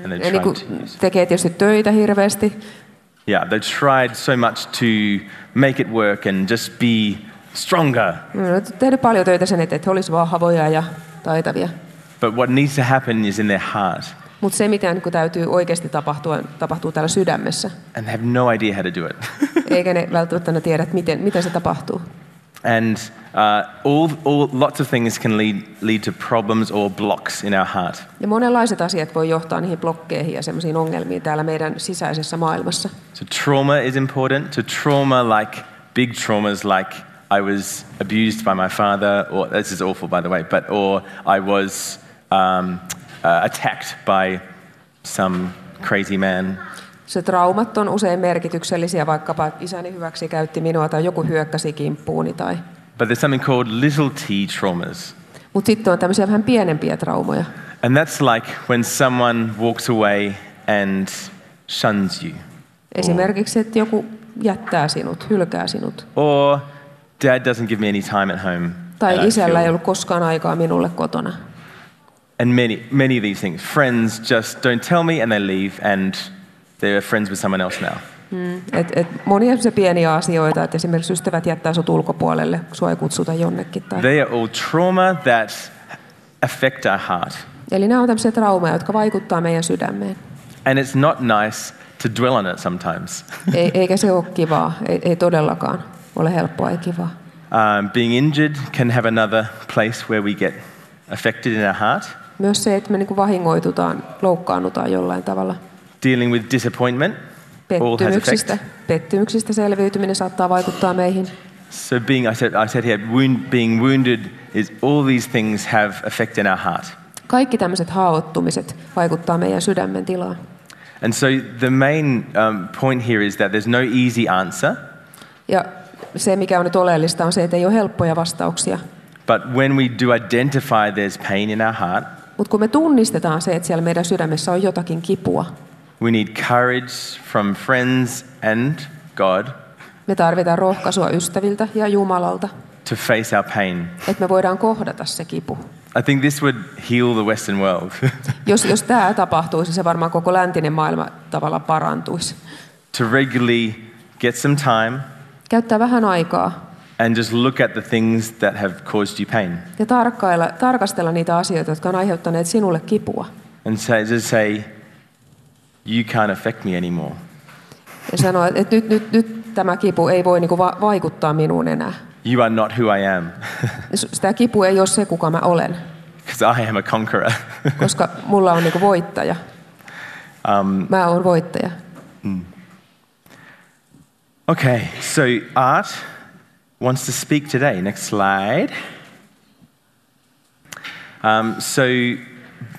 Speaker 1: and they
Speaker 2: Ja niin
Speaker 1: tried.
Speaker 2: kuin
Speaker 1: to-
Speaker 2: tekee tietysti töitä hirveästi.
Speaker 1: yeah, they tried so much to make it work and just be stronger.
Speaker 2: Ne on tehnyt paljon töitä sen eteen, että he olisivat vahvoja ja taitavia.
Speaker 1: But what needs to happen is in their heart,
Speaker 2: Mutta se, mitä niin kuin täytyy oikeasti tapahtua, tapahtuu täällä sydämessä.
Speaker 1: and they have no idea how to do it.
Speaker 2: Eikä ne välttämättä ne tiedä, että miten, miten se tapahtuu.
Speaker 1: and uh, all, all, lots of things can lead, lead to problems or blocks in our heart.
Speaker 2: Ja monenlaiset asiat voi johtaa niihin blokkeihin ja semmoisiin ongelmiin täällä meidän sisäisessä maailmassa.
Speaker 1: So trauma is important. To trauma, like big traumas, like I was abused by my father, or this is awful, by the way, but or I was um, uh, attacked by some crazy man.
Speaker 2: Se traumat on usein merkityksellisiä, vaikkapa isäni hyväksi käytti minua tai joku hyökkäsi kimppuuni. Tai...
Speaker 1: But there's something called little t traumas,
Speaker 2: Mutta sitten on tämmöisiä vähän pienempiä traumoja.
Speaker 1: and that's like when someone walks away and shuns you,
Speaker 2: Esimerkiksi, että joku jättää sinut, hylkää sinut.
Speaker 1: or dad doesn't give me any time at home. and
Speaker 2: Tai
Speaker 1: I
Speaker 2: isällä ei
Speaker 1: feel-
Speaker 2: ollut koskaan aikaa minulle kotona.
Speaker 1: And many, many of these things. Friends just don't tell me and they leave and they're friends with someone else now.
Speaker 2: Et, et monia se pieniä asioita, että esimerkiksi ystävät jättää sut ulkopuolelle, sua ei kutsuta jonnekin. Tai...
Speaker 1: They are all trauma that affect our heart.
Speaker 2: Eli nämä on tämmöisiä traumaja, jotka vaikuttaa meidän sydämeen.
Speaker 1: And it's not nice to dwell on it sometimes.
Speaker 2: Ei, eikä se ole kivaa, ei, ei todellakaan ole helppoa ja kivaa.
Speaker 1: Um, being injured can have another place where we get affected in our heart.
Speaker 2: Myös se, että me niin vahingoitutaan, loukkaannutaan jollain tavalla.
Speaker 1: Dealing with disappointment all has
Speaker 2: Pettymyksistä,
Speaker 1: effect.
Speaker 2: pettymyksistä selviytyminen saattaa vaikuttaa meihin.
Speaker 1: So being, I said, I said here, wound, being wounded is all these things have effect in our heart.
Speaker 2: Kaikki tämmöiset haavoittumiset vaikuttaa meidän sydämen tilaan.
Speaker 1: And so the main um, point here is that there's no easy answer.
Speaker 2: Ja se, mikä on nyt oleellista, on se, että ei ole helppoja vastauksia.
Speaker 1: But when we do identify there's pain in our heart,
Speaker 2: Mutta kun me tunnistetaan se, että siellä meidän sydämessä on jotakin kipua,
Speaker 1: we need courage from friends and God
Speaker 2: me tarvitaan rohkaisua ystäviltä ja Jumalalta,
Speaker 1: to face our pain.
Speaker 2: että me voidaan kohdata se kipu.
Speaker 1: I think this would heal the Western world.
Speaker 2: Jos, jos tämä tapahtuisi, se varmaan koko läntinen maailma tavalla parantuisi.
Speaker 1: to regularly get some time
Speaker 2: Käyttää vähän aikaa
Speaker 1: and just look at the things that have caused you pain
Speaker 2: ja tarkkailla, tarkastella niitä asioita, jotka on aiheuttaneet sinulle kipua.
Speaker 1: and say, just say, You can't affect me anymore.
Speaker 2: Ja sanoa, että nyt, nyt, nyt tämä kipu ei voi niinku va- vaikuttaa minuun enää.
Speaker 1: You are not who I am
Speaker 2: S- Sitä kipu ei ole se, kuka mä olen,
Speaker 1: because I am a conqueror.
Speaker 2: koska mulla on niinku voittaja.
Speaker 1: um,
Speaker 2: Mä oon voittaja.
Speaker 1: okay, so Art wants to speak today. Next slide. Um, so,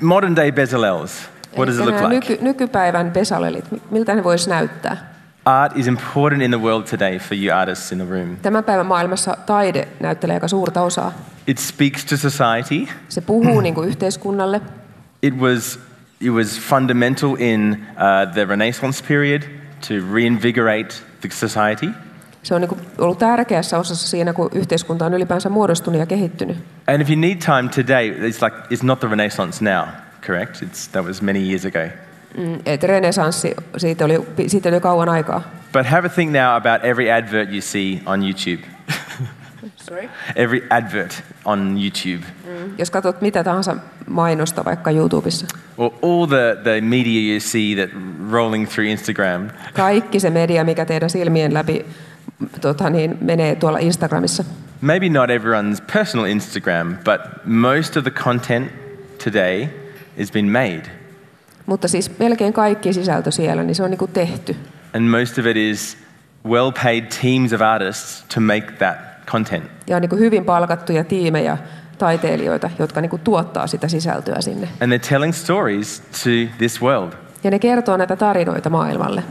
Speaker 1: modern day Bezalels. What does it look
Speaker 2: Elikkä nämä
Speaker 1: like?
Speaker 2: Nyky, nykypäivän pesalelit, mi- miltä ne voisi näyttää?
Speaker 1: Art is important in the world today for you artists in the room.
Speaker 2: Tämän päivän maailmassa taide näyttelee aika suurta osaa.
Speaker 1: It speaks to society.
Speaker 2: Se puhuu niinku yhteiskunnalle.
Speaker 1: It was, it was fundamental in uh, the Renaissance period to reinvigorate the society.
Speaker 2: Se on niinku ollut tärkeässä osassa siinä, kun yhteiskunta on ylipäänsä muodostunut ja kehittynyt.
Speaker 1: And if you need time today, it's like it's not the Renaissance now, correct? It's, that was many years ago.
Speaker 2: Mm, Et renesanssi, siitä oli, siitä oli jo kauan aikaa.
Speaker 1: But have a think now about every advert you see on YouTube.
Speaker 2: Sorry.
Speaker 1: Every advert on YouTube,
Speaker 2: Jos katsot mitä tahansa mainosta vaikka YouTubessa,
Speaker 1: or all the, the media you see that rolling through Instagram.
Speaker 2: kaikki se media, mikä teidän silmien läpi tota niin, menee tuolla Instagramissa.
Speaker 1: Maybe not everyone's personal Instagram, but most of the content today has been made.
Speaker 2: Mutta siis melkein kaikki sisältö siellä, niin se on niin kuin tehty.
Speaker 1: And most of it is well paid teams of artists to make that content.
Speaker 2: Ja on niin kuin hyvin palkattuja tiimejä, taiteilijoita, jotka niin kuin tuottaa sitä sisältöä sinne.
Speaker 1: And they're telling stories to this world.
Speaker 2: Ja ne kertoo näitä tarinoita maailmalle.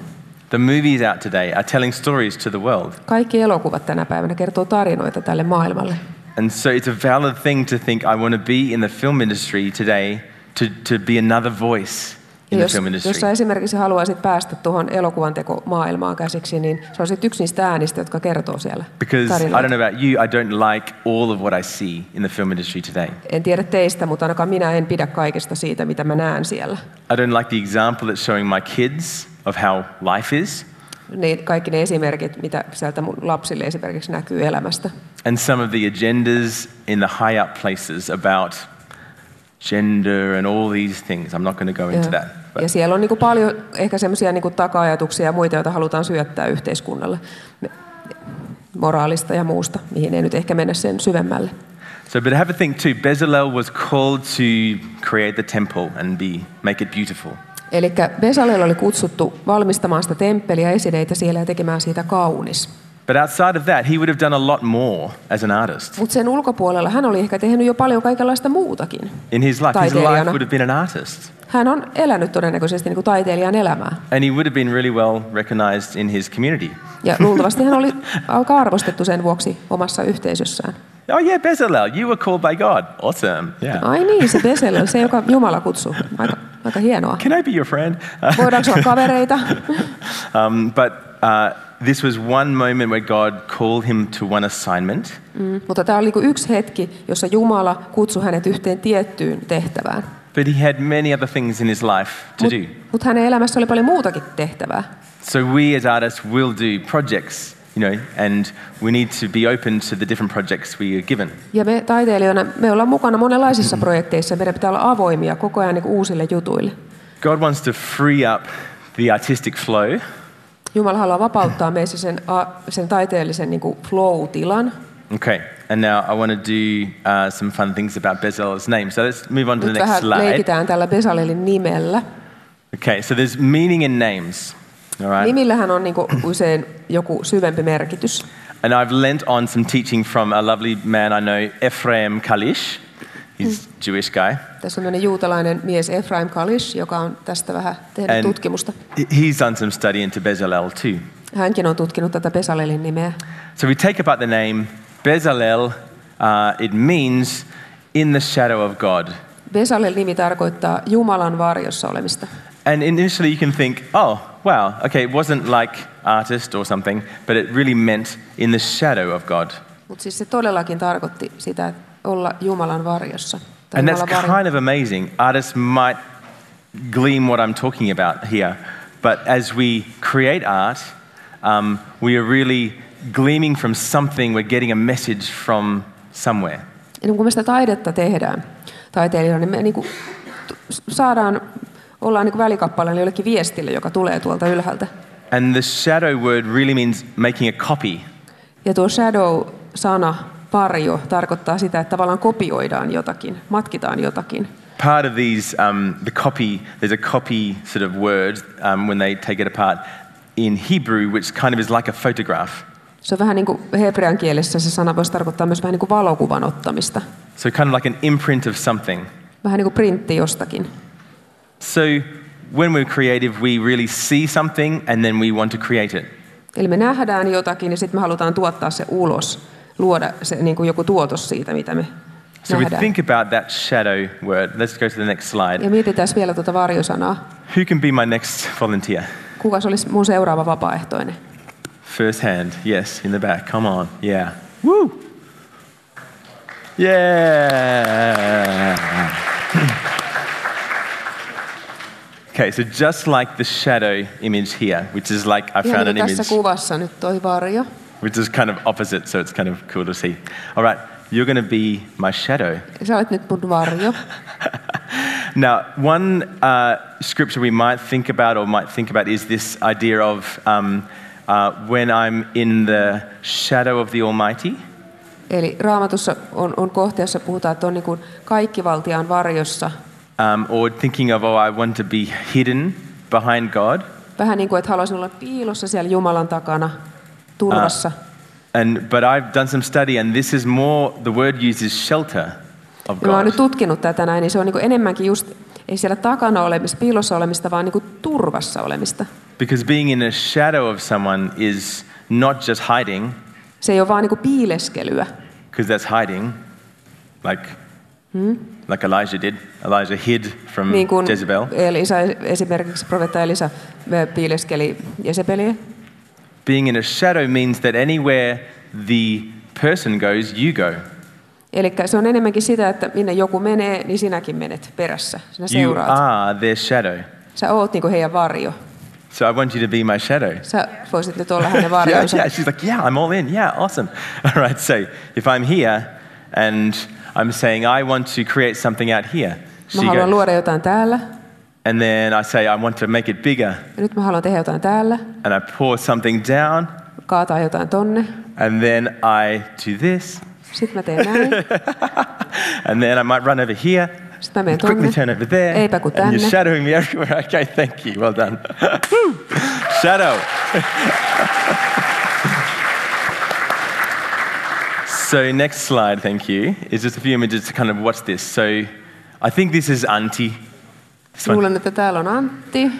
Speaker 1: The movies out today are telling stories to the world.
Speaker 2: Kaikki elokuvat tänä päivänä kertoo tarinoita tälle maailmalle.
Speaker 1: And so it's a valid thing to think, I want to be in the film industry today to, to be another voice in the
Speaker 2: jos,
Speaker 1: film industry.
Speaker 2: jos sä esimerkiksi haluaisit päästä tuohon elokuvantekomaailmaan käsiksi, niin sä olisit yksi niistä äänistä, jotka kertoo siellä
Speaker 1: Because I
Speaker 2: tarinoita.
Speaker 1: don't know about you, I don't like all of what I see in the film industry today.
Speaker 2: En tiedä teistä, mutta ainakaan minä en pidä kaikesta siitä, mitä mä näen siellä.
Speaker 1: I don't like the example that's showing my kids of how life is,
Speaker 2: Ne, kaikki ne esimerkit, mitä sieltä mun lapsille esimerkiksi näkyy elämästä.
Speaker 1: and some of the agendas in the high up places about gender and all these things. I'm not going to go into
Speaker 2: Joo.
Speaker 1: that. But
Speaker 2: Ja siellä on niin paljon ehkä semmoisia niin taka-ajatuksia ja muita, joita halutaan syöttää yhteiskunnalle. Me- Moraalista ja muusta, mihin ei nyt ehkä mennä sen syvemmälle.
Speaker 1: So, but have a think too. Bezalel was called to create the temple and be, make it beautiful.
Speaker 2: Eli Besalel oli kutsuttu valmistamaan sitä temppeliä, esineitä siellä ja tekemään siitä kaunis.
Speaker 1: But outside of that, he would have done a lot more as an artist.
Speaker 2: Mutta sen ulkopuolella hän oli ehkä tehnyt jo paljon kaikenlaista muutakin.
Speaker 1: In his life, his
Speaker 2: Taiteilijana.
Speaker 1: life would have been an artist.
Speaker 2: Hän on elänyt todennäköisesti niin kuin taiteilijan elämää.
Speaker 1: And he would have been really well recognized in his community.
Speaker 2: Ja luultavasti hän oli aika arvostettu sen vuoksi omassa yhteisössään.
Speaker 1: Oh, yeah, Bezalel, you were called by God. Awesome. Yeah.
Speaker 2: Ai niin, se Besalel, se joka Jumala kutsuu. Aika, aika hienoa.
Speaker 1: Can I be your friend?
Speaker 2: Voidaanko olla kavereita?
Speaker 1: Um, but uh, this was one moment where God called him to one assignment,
Speaker 2: Mm, mutta tämä oli niinku yksi hetki, jossa Jumala kutsui hänet yhteen tiettyyn tehtävään.
Speaker 1: but he had many other things in his life to
Speaker 2: Mutta
Speaker 1: do.
Speaker 2: mut hänen elämässä oli paljon muutakin tehtävää.
Speaker 1: So we as artists will do projects, you know, and we need to be open to the different projects we are given.
Speaker 2: Ja me taiteilijoina, me ollaan mukana monenlaisissa projekteissa. Meidän pitää olla avoimia koko ajan niin uusille jutuille.
Speaker 1: God wants to free up the artistic flow
Speaker 2: Jumala haluaa vapauttaa meissä sen, a- sen taiteellisen niin flow-tilan.
Speaker 1: Okay, and now I want to do uh, some fun things about Bezalel's name. So let's move on to the
Speaker 2: Nyt
Speaker 1: next
Speaker 2: vähän
Speaker 1: slide.
Speaker 2: leikitään tällä Besalelin nimellä.
Speaker 1: Okay, so there's meaning in names, all right?
Speaker 2: Nimillähän on niin usein joku syvempi merkitys.
Speaker 1: And I've lent on some teaching from a lovely man I know, Ephraim Kalish. He's Jewish guy.
Speaker 2: Tässä on tämmöinen juutalainen mies Efraim Kalish, joka on tästä vähän tehnyt
Speaker 1: En-
Speaker 2: tutkimusta.
Speaker 1: He- He's done some study into Bezalel too.
Speaker 2: Hänkin on tutkinut tätä Besalelin nimeä.
Speaker 1: So we take about the name Bezalel. Uh, it means in the shadow of God.
Speaker 2: Besalel nimi tarkoittaa Jumalan varjossa olemista.
Speaker 1: And initially you can think, oh, wow, okay, it wasn't like artist or something, but it really meant in the shadow of God.
Speaker 2: Mutta siis se todellakin tarkoitti sitä, että olla Jumalan varjossa. Tai
Speaker 1: And that's
Speaker 2: Jumalan varjo.
Speaker 1: kind of amazing. Artists might glean what I'm talking about here, but as we create art, um, we are really gleaming from something, we're getting a message from somewhere.
Speaker 2: Ja niin kun me sitä taidetta tehdään taiteilijoina, niin me niin kuin saadaan, ollaan niin kuin välikappaleella jollekin viestille, joka tulee tuolta ylhäältä.
Speaker 1: And the shadow word really means making a copy.
Speaker 2: Ja tuo shadow-sana, varjo, tarkoittaa sitä, että tavallaan kopioidaan jotakin, matkitaan jotakin.
Speaker 1: Part of these, um, the copy, there's a copy sort of word um, when they take it apart in Hebrew, which kind of is like a photograph.
Speaker 2: Se on vähän niin kuin hebrean kielessä se sana voisi tarkoittaa myös vähän niin kuin valokuvan ottamista.
Speaker 1: So, kind of like an imprint of something.
Speaker 2: Vähän niin kuin printti jostakin.
Speaker 1: So when we're creative, we really see something and then we want to create it.
Speaker 2: Eli me nähdään jotakin ja sitten me halutaan tuottaa se ulos, luoda se, niin kuin joku tuotos siitä, mitä me
Speaker 1: So we
Speaker 2: nähdään.
Speaker 1: think about that shadow word. Let's go to the next slide.
Speaker 2: Ja mietitään vielä tuota varjosanaa.
Speaker 1: Who can be my next volunteer?
Speaker 2: Kuka se olisi mun seuraava vapaaehtoinen?
Speaker 1: First hand, yes, in the back. Come on, yeah. Woo! Yeah! Okay, so just like the shadow image here, which is like I
Speaker 2: Ihan
Speaker 1: found
Speaker 2: niin
Speaker 1: an
Speaker 2: kuin tässä
Speaker 1: image,
Speaker 2: kuvassa nyt toi varjo.
Speaker 1: which is kind of opposite, so it's kind of cool to see. All right, you're going to be my shadow.
Speaker 2: Sä olet nyt mun varjo.
Speaker 1: Now, one uh, scripture we might think about or might think about is this idea of um, uh, when I'm in the shadow of the Almighty.
Speaker 2: Eli raamatussa on, on kohta, jossa puhutaan, että on niin kuin kaikkivaltiaan varjossa.
Speaker 1: Um, or thinking of, oh, I want to be hidden behind God.
Speaker 2: Vähän niin kuin, että haluaisin olla piilossa siellä Jumalan takana, turvassa.
Speaker 1: Ah, And, but I've done some study, and this is more, the word used is shelter of
Speaker 2: Ja mä oon nyt
Speaker 1: God.
Speaker 2: tutkinut tätä näin, niin se on niin kuin enemmänkin just, ei siellä takana olemista, piilossa olemista, vaan niin kuin turvassa olemista.
Speaker 1: Because being in a shadow of someone is not just hiding,
Speaker 2: Se ei ole vaan niin kuin niinku piileskelyä,
Speaker 1: because that's hiding, like like Elijah did. Elijah hid from
Speaker 2: Niin kuin
Speaker 1: Mm. Jezebel,
Speaker 2: Elisa, esimerkiksi profeetta Elisa ö, piileskeli Jezebeliä.
Speaker 1: being in a shadow means that anywhere the person goes, you go.
Speaker 2: Eli se on enemmänkin sitä, että minne joku menee, niin sinäkin menet perässä. Sinä
Speaker 1: You
Speaker 2: seuraat.
Speaker 1: are their shadow.
Speaker 2: Sä oot niin kuin heidän varjo.
Speaker 1: So I want you to be my shadow.
Speaker 2: Sä voisit nyt olla hänen
Speaker 1: Yeah,
Speaker 2: varjonsa.
Speaker 1: yeah. She's like, yeah, I'm all in. Yeah, awesome. All right, so if I'm here and I'm saying I want to create something out here,
Speaker 2: Mä
Speaker 1: she
Speaker 2: haluan
Speaker 1: goes,
Speaker 2: luoda jotain täällä.
Speaker 1: and then I say I want to make it bigger,
Speaker 2: Ja nyt mä haluan tehdä jotain täällä.
Speaker 1: and I pour something down,
Speaker 2: Kaataa jotain tonne.
Speaker 1: and then I do this,
Speaker 2: Sitten mä teen näin.
Speaker 1: and then I might run over here,
Speaker 2: Sitten mä menen
Speaker 1: and quickly
Speaker 2: tonne.
Speaker 1: turn over there,
Speaker 2: Eipä kun
Speaker 1: and you're
Speaker 2: tänne.
Speaker 1: shadowing me everywhere. Okay, thank you. Well done. Shadow. so next slide, thank you. Is just a few images to kind of watch this. So I think this is Auntie. This one.
Speaker 2: Luulen, että täällä on Antti.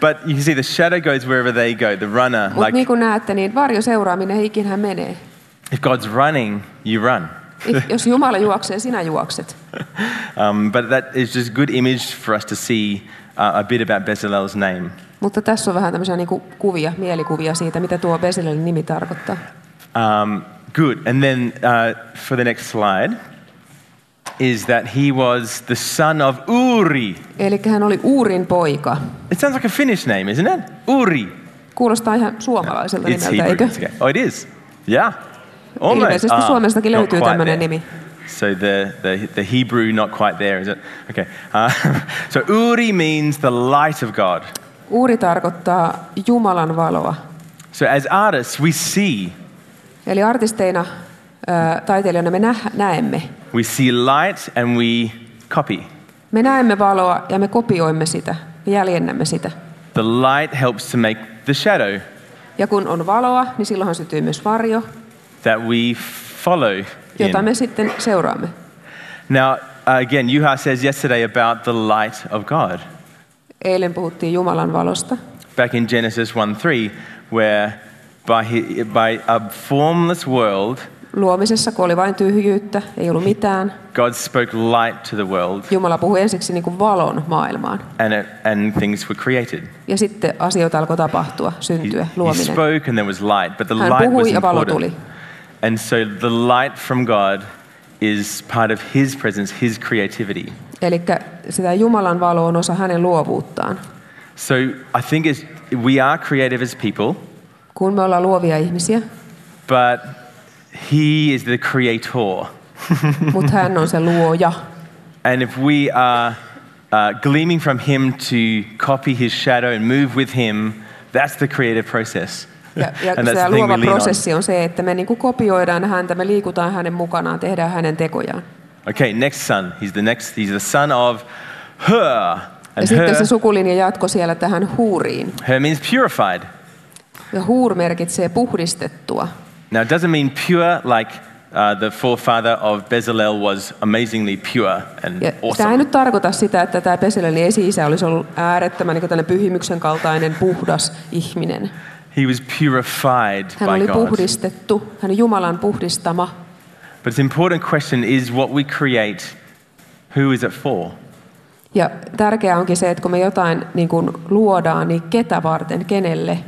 Speaker 1: But you can see the shadow goes wherever they go. The runner,
Speaker 2: Mutta
Speaker 1: like
Speaker 2: niin kuin näette, niin varjo seuraa, minne ikinä hän menee.
Speaker 1: if God's running, you run.
Speaker 2: If- Jos Jumala juoksee, sinä juokset.
Speaker 1: Um, but that is just good image for us to see uh, a bit about Bezalel's name.
Speaker 2: Mutta tässä on vähän tämmöisiä niin kuvia, mielikuvia siitä, mitä tuo Besilelin nimi tarkoittaa.
Speaker 1: Um, good. And then uh, for the next slide is that he was the son of Uri.
Speaker 2: Eli hän oli Uurin poika.
Speaker 1: It sounds like a Finnish name, isn't it? Uri.
Speaker 2: Kuulostaa ihan suomalaiselta
Speaker 1: It's
Speaker 2: nimeltä,
Speaker 1: Hebrew.
Speaker 2: eikö?
Speaker 1: It's okay. Oh, it is. Yeah.
Speaker 2: Ilmeisesti
Speaker 1: Ah,
Speaker 2: Suomestakin
Speaker 1: not
Speaker 2: löytyy
Speaker 1: quite
Speaker 2: tämmöinen
Speaker 1: there.
Speaker 2: nimi.
Speaker 1: So the, the, the Hebrew not quite there, is it? Okay. Uh, so Uri means the light of God.
Speaker 2: Uuri tarkoittaa Jumalan valoa.
Speaker 1: So as artists, we see.
Speaker 2: Eli artisteina, ö, taiteilijoina me näh- näemme.
Speaker 1: We see light and we copy.
Speaker 2: Me näemme valoa ja me kopioimme sitä, me jäljennämme sitä.
Speaker 1: The light helps to make the shadow
Speaker 2: Ja kun on valoa, niin silloinhan syntyy myös varjo,
Speaker 1: that we follow
Speaker 2: jota
Speaker 1: in.
Speaker 2: me sitten seuraamme.
Speaker 1: Now, uh, again, Yuha says yesterday about the light of God.
Speaker 2: Eilen puhuttiin Jumalan valosta.
Speaker 1: Back in Genesis 1.3, where by, hi- by a formless world,
Speaker 2: Luomisessa, kun oli vain tyhjyyttä, ei ollut mitään.
Speaker 1: God spoke light to the world
Speaker 2: Jumala puhui ensiksi niin kuin valon maailmaan.
Speaker 1: and, it, and things were created.
Speaker 2: Ja sitten asioita alkoi tapahtua,
Speaker 1: He,
Speaker 2: syntyä,
Speaker 1: he
Speaker 2: luominen.
Speaker 1: spoke and there was light, but the
Speaker 2: Hän
Speaker 1: light was
Speaker 2: puhui ja valo
Speaker 1: important.
Speaker 2: tuli.
Speaker 1: And so the light from God is part of his presence, his creativity.
Speaker 2: Eli sitä Jumalan valo on osa hänen luovuuttaan.
Speaker 1: So I think it's, we are creative as people,
Speaker 2: Kun me ollaan luovia ihmisiä,
Speaker 1: but he is the creator.
Speaker 2: mutta hän on se luoja.
Speaker 1: And if we are uh, gleaming from him to copy his shadow and move with him, that's the creative process.
Speaker 2: Ja, ja
Speaker 1: and that's
Speaker 2: se
Speaker 1: the thing
Speaker 2: luova
Speaker 1: we lean
Speaker 2: prosessi on se, että me niin kuin kopioidaan häntä, me liikutaan hänen mukanaan, tehdään hänen tekojaan.
Speaker 1: on. Okay, next son. He's the next. He's the son of her,
Speaker 2: Ja
Speaker 1: and
Speaker 2: sitten
Speaker 1: her,
Speaker 2: se sukulinja jatko siellä tähän huuriin.
Speaker 1: her means purified.
Speaker 2: Ja huur merkitsee puhdistettua.
Speaker 1: Now, it doesn't mean pure like uh, the forefather of Bezalel was amazingly pure and
Speaker 2: Ja tämä ei
Speaker 1: awesome.
Speaker 2: nyt tarkoita sitä, että tämä Peselelin esi-isä olisi ollut äärettömän niin tällainen pyhimyksen kaltainen puhdas ihminen.
Speaker 1: He was purified
Speaker 2: Hän
Speaker 1: by
Speaker 2: oli
Speaker 1: God.
Speaker 2: puhdistettu, hän on Jumalan puhdistama.
Speaker 1: But it's an important question is what we create, who is it for?
Speaker 2: Ja tärkeää onkin se, että kun me jotain niin kuin luodaan, niin ketä varten, kenelle.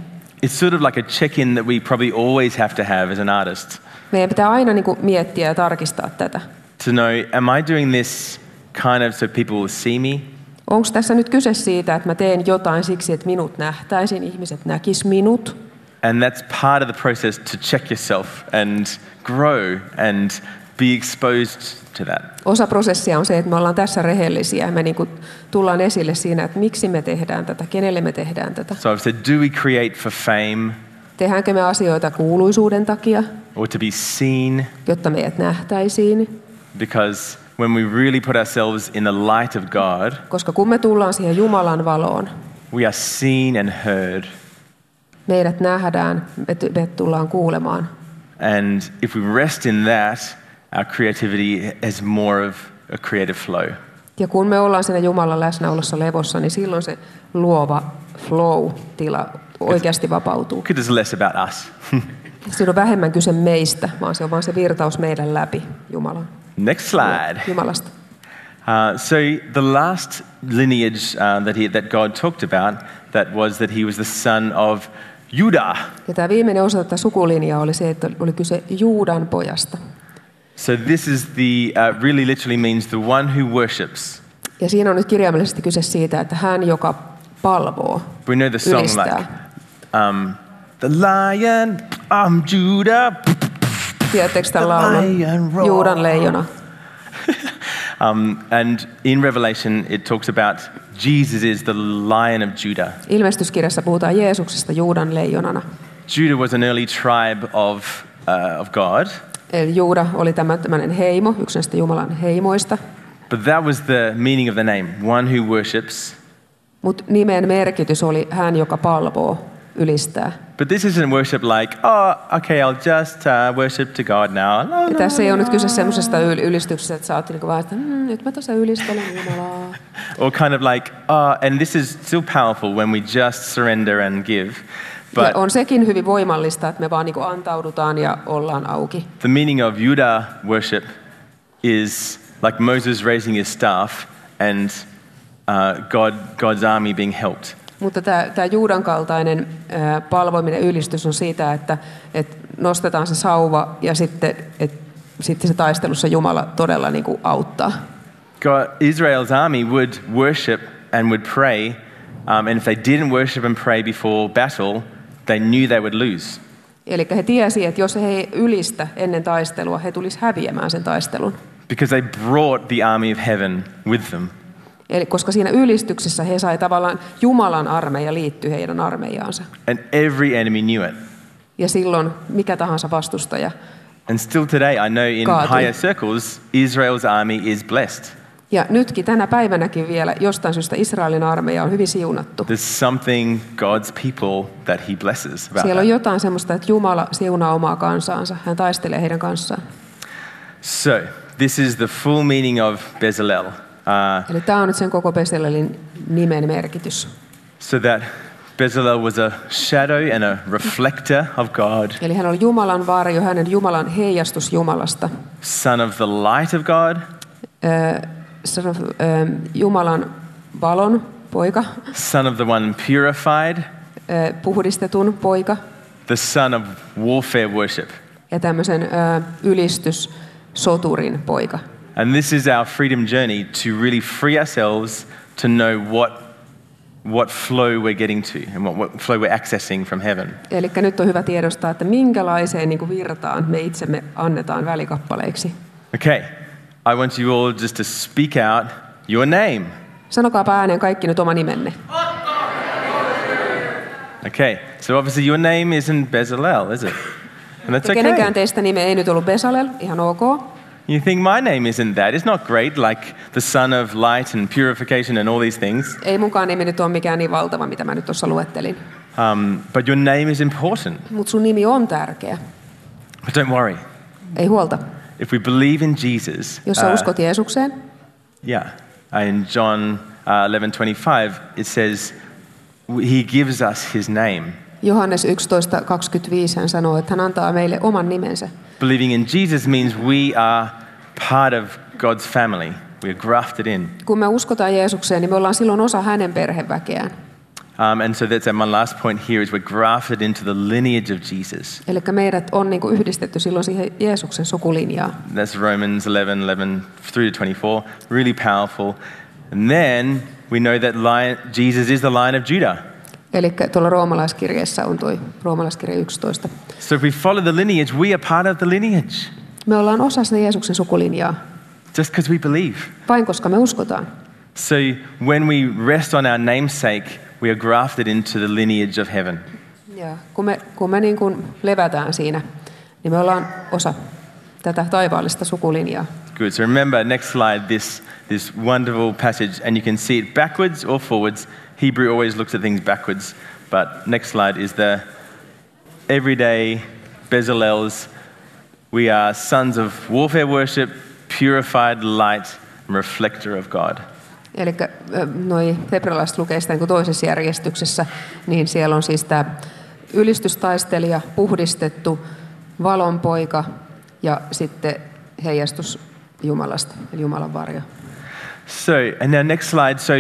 Speaker 1: It's sort of like a check in that we probably always have to have as an artist
Speaker 2: Meidän pitää aina niin kuin miettiä ja tarkistaa tätä.
Speaker 1: to know, am I doing this kind of so people will see me?
Speaker 2: Onko tässä nyt kyse siitä, että mä teen jotain siksi, että minut nähtäisiin, ihmiset näkis minut?
Speaker 1: And that's part of the process to check yourself and grow and be exposed to that.
Speaker 2: Osa prosessia on se, että me ollaan tässä rehellisiä ja me niin kuin tullaan esille siinä, että miksi me tehdään tätä, kenelle me tehdään tätä.
Speaker 1: So I've said, do we create for fame
Speaker 2: Tehdäänkö me asioita kuuluisuuden takia,
Speaker 1: or to be seen?
Speaker 2: jotta meidät nähtäisiin?
Speaker 1: Because when we really put ourselves in the light of God,
Speaker 2: Koska kun me tullaan siihen Jumalan valoon,
Speaker 1: we are seen and heard.
Speaker 2: meidät nähdään, me t- me tullaan kuulemaan.
Speaker 1: And if we rest in that, our creativity has more of a creative flow.
Speaker 2: Ja kun me ollaan siinä Jumalan läsnäolossa levossa, niin silloin se luova flow-tila oikeasti vapautuu.
Speaker 1: Because it's less about us
Speaker 2: Siinä on vähemmän kyse meistä, vaan se on vain se virtaus meidän läpi Jumalan,
Speaker 1: Next slide.
Speaker 2: Jumalasta.
Speaker 1: Uh, so the last lineage uh, that, he, that God talked about that was that he was the son of Judah.
Speaker 2: Ja tämä viimeinen osa tätä sukulinjaa oli se, että oli kyse Juudan pojasta.
Speaker 1: So this is the uh, really literally means the one who worships.
Speaker 2: Ja siinä on nyt kirjaimellisesti kyse siitä, että hän, joka palvoo,
Speaker 1: We know the song like
Speaker 2: ylistää.
Speaker 1: um, the lion, I'm Judah.
Speaker 2: Tiedättekö tämän
Speaker 1: Lion roar.
Speaker 2: laulun? Juudan leijona.
Speaker 1: Um, and in Revelation, it talks about Jesus is the lion of Judah.
Speaker 2: Ilmestyskirjassa puhutaan Jeesuksesta Juudan leijonana.
Speaker 1: Judah was an early tribe of, uh, of God,
Speaker 2: Eli Juuda oli tämä tämmöinen heimo, yksi näistä Jumalan heimoista.
Speaker 1: but that was the meaning of the name one who worships.
Speaker 2: Mutta nimen merkitys oli hän, joka palvoo, ylistää.
Speaker 1: But this isn't worship like, oh, okay, I'll just uh, worship to God now. La,
Speaker 2: Ja
Speaker 1: la,
Speaker 2: tässä ei
Speaker 1: la,
Speaker 2: ole nyt
Speaker 1: la.
Speaker 2: kyse semmoisesta yl- ylistyksestä, että sä oot niinku vaan, että "Mm, nyt mä tässä ylistelen Jumalaa.
Speaker 1: Or kind of like, uh, and this is still powerful when we just surrender and give.
Speaker 2: Ja
Speaker 1: But
Speaker 2: on sekin hyvin voimallista, että me vaan niinku antaudutaan ja ollaan auki.
Speaker 1: the meaning of Yudah worship is like Moses raising his staff and uh, God, God's army being helped.
Speaker 2: Mutta tämä Juudan kaltainen ää, palvominen ja ylistys on siitä, että et nostetaan se sauva ja sitten, et, sitten se taistelussa Jumala todella niinku auttaa.
Speaker 1: God, Israel's army would worship and would pray, um, and if they didn't worship and pray before battle, they knew they would lose.
Speaker 2: Eli he tiesi, että jos he ei ylistä ennen taistelua, he tulisi häviämään sen taistelun.
Speaker 1: because they brought the army of heaven with them.
Speaker 2: Eli koska siinä ylistyksessä he sai tavallaan Jumalan armeija liittyy heidän armeijaansa.
Speaker 1: And every enemy knew it.
Speaker 2: Ja silloin mikä tahansa vastustaja.
Speaker 1: And still today, I know in
Speaker 2: God.
Speaker 1: higher circles, Israel's army is blessed.
Speaker 2: Ja nytkin tänä päivänäkin vielä jostain syystä Israelin armeija on hyvin siunattu.
Speaker 1: There's something God's people that He blesses about.
Speaker 2: Siellä on
Speaker 1: that.
Speaker 2: jotain semmoista, että Jumala siunaa omaa kansaansa. Hän taistelee heidän kanssaan.
Speaker 1: So, this is the full meaning of Bezalel. Uh,
Speaker 2: Eli tämä on nyt sen koko Peselelin nimen merkitys.
Speaker 1: so, that Bezalel was a shadow and a reflector of God,
Speaker 2: Eli hän oli Jumalan varjo, hänen Jumalan heijastus Jumalasta.
Speaker 1: son of the light of God,
Speaker 2: Ö, sano- ö, Jumalan valon poika,
Speaker 1: son of the one purified,
Speaker 2: ö, puhdistetun poika
Speaker 1: the son of warfare worship.
Speaker 2: ja tämmöisen ö, ylistyssoturin poika.
Speaker 1: And this is our freedom journey to really free ourselves to know what, what flow we're getting to and what, what flow we're accessing from heaven.
Speaker 2: Eli nyt on hyvä tiedostaa, että minkälaiseen niin kuin virtaan me itsemme annetaan välikappaleiksi.
Speaker 1: Okay, I want you all just to speak out your name.
Speaker 2: Sanokaa ääneen kaikki nyt oma nimenne.
Speaker 1: Okay, so obviously your name isn't Bezalel, is it? And that's
Speaker 2: Ja kenenkään
Speaker 1: okay.
Speaker 2: teistä nimi ei nyt ollut Besalel, ihan ok.
Speaker 1: You think my name isn't that. It's not great, like the son of light and purification and all these things.
Speaker 2: Ei munkaan nimi nyt ole mikään niin valtava, mitä mä nyt tuossa luettelin.
Speaker 1: Um, but your name is important.
Speaker 2: Mutta sun nimi on tärkeä.
Speaker 1: But don't worry.
Speaker 2: Ei huolta.
Speaker 1: If we believe in Jesus,
Speaker 2: Jos sä
Speaker 1: uh,
Speaker 2: uskot Jeesukseen,
Speaker 1: Yeah. In John uh, 11 it says, He gives us His name.
Speaker 2: Johannes 11.25 hän sanoo, että hän antaa meille oman nimensä.
Speaker 1: Believing in Jesus means we are part of God's family, we're grafted in.
Speaker 2: Kun me uskotaan Jeesukseen, niin me ollaan silloin osa hänen perheväkeään.
Speaker 1: Um, and so that's uh, my last point here is we're grafted into the lineage of Jesus.
Speaker 2: Eli meidät on niin kuin yhdistetty silloin siihen Jeesuksen sukulinjaan.
Speaker 1: That's Romans 11, 11 through to 24. Really powerful. And then we know that lion, Jesus is the Lion of Judah.
Speaker 2: Eli tuolla roomalaiskirjeessä on tuo roomalaiskirja 11.
Speaker 1: So if we follow the lineage, we are part of the lineage
Speaker 2: Me ollaan osa sitä Jeesuksen sukulinjaa,
Speaker 1: just because we believe.
Speaker 2: vain koska me uskotaan.
Speaker 1: So when we rest on our namesake, we are grafted into the lineage of heaven.
Speaker 2: Ja kun me, kun me niin kuin levätään siinä, niin me ollaan osa tätä taivaallista sukulinjaa.
Speaker 1: Good. So remember, next slide, this, this wonderful passage, and you can see it backwards or forwards. Hebrew always looks at things backwards, but next slide is the everyday Bezalels. We are sons of warfare worship, purified light, and reflector of God.
Speaker 2: Eli noi hebrealaiset lukee sitä niin kuin toisessa järjestyksessä, niin siellä on siis tämä ylistystaistelija, puhdistettu, valonpoika ja sitten heijastus Jumalasta, eli Jumalan varjo.
Speaker 1: So, and now next slide. So,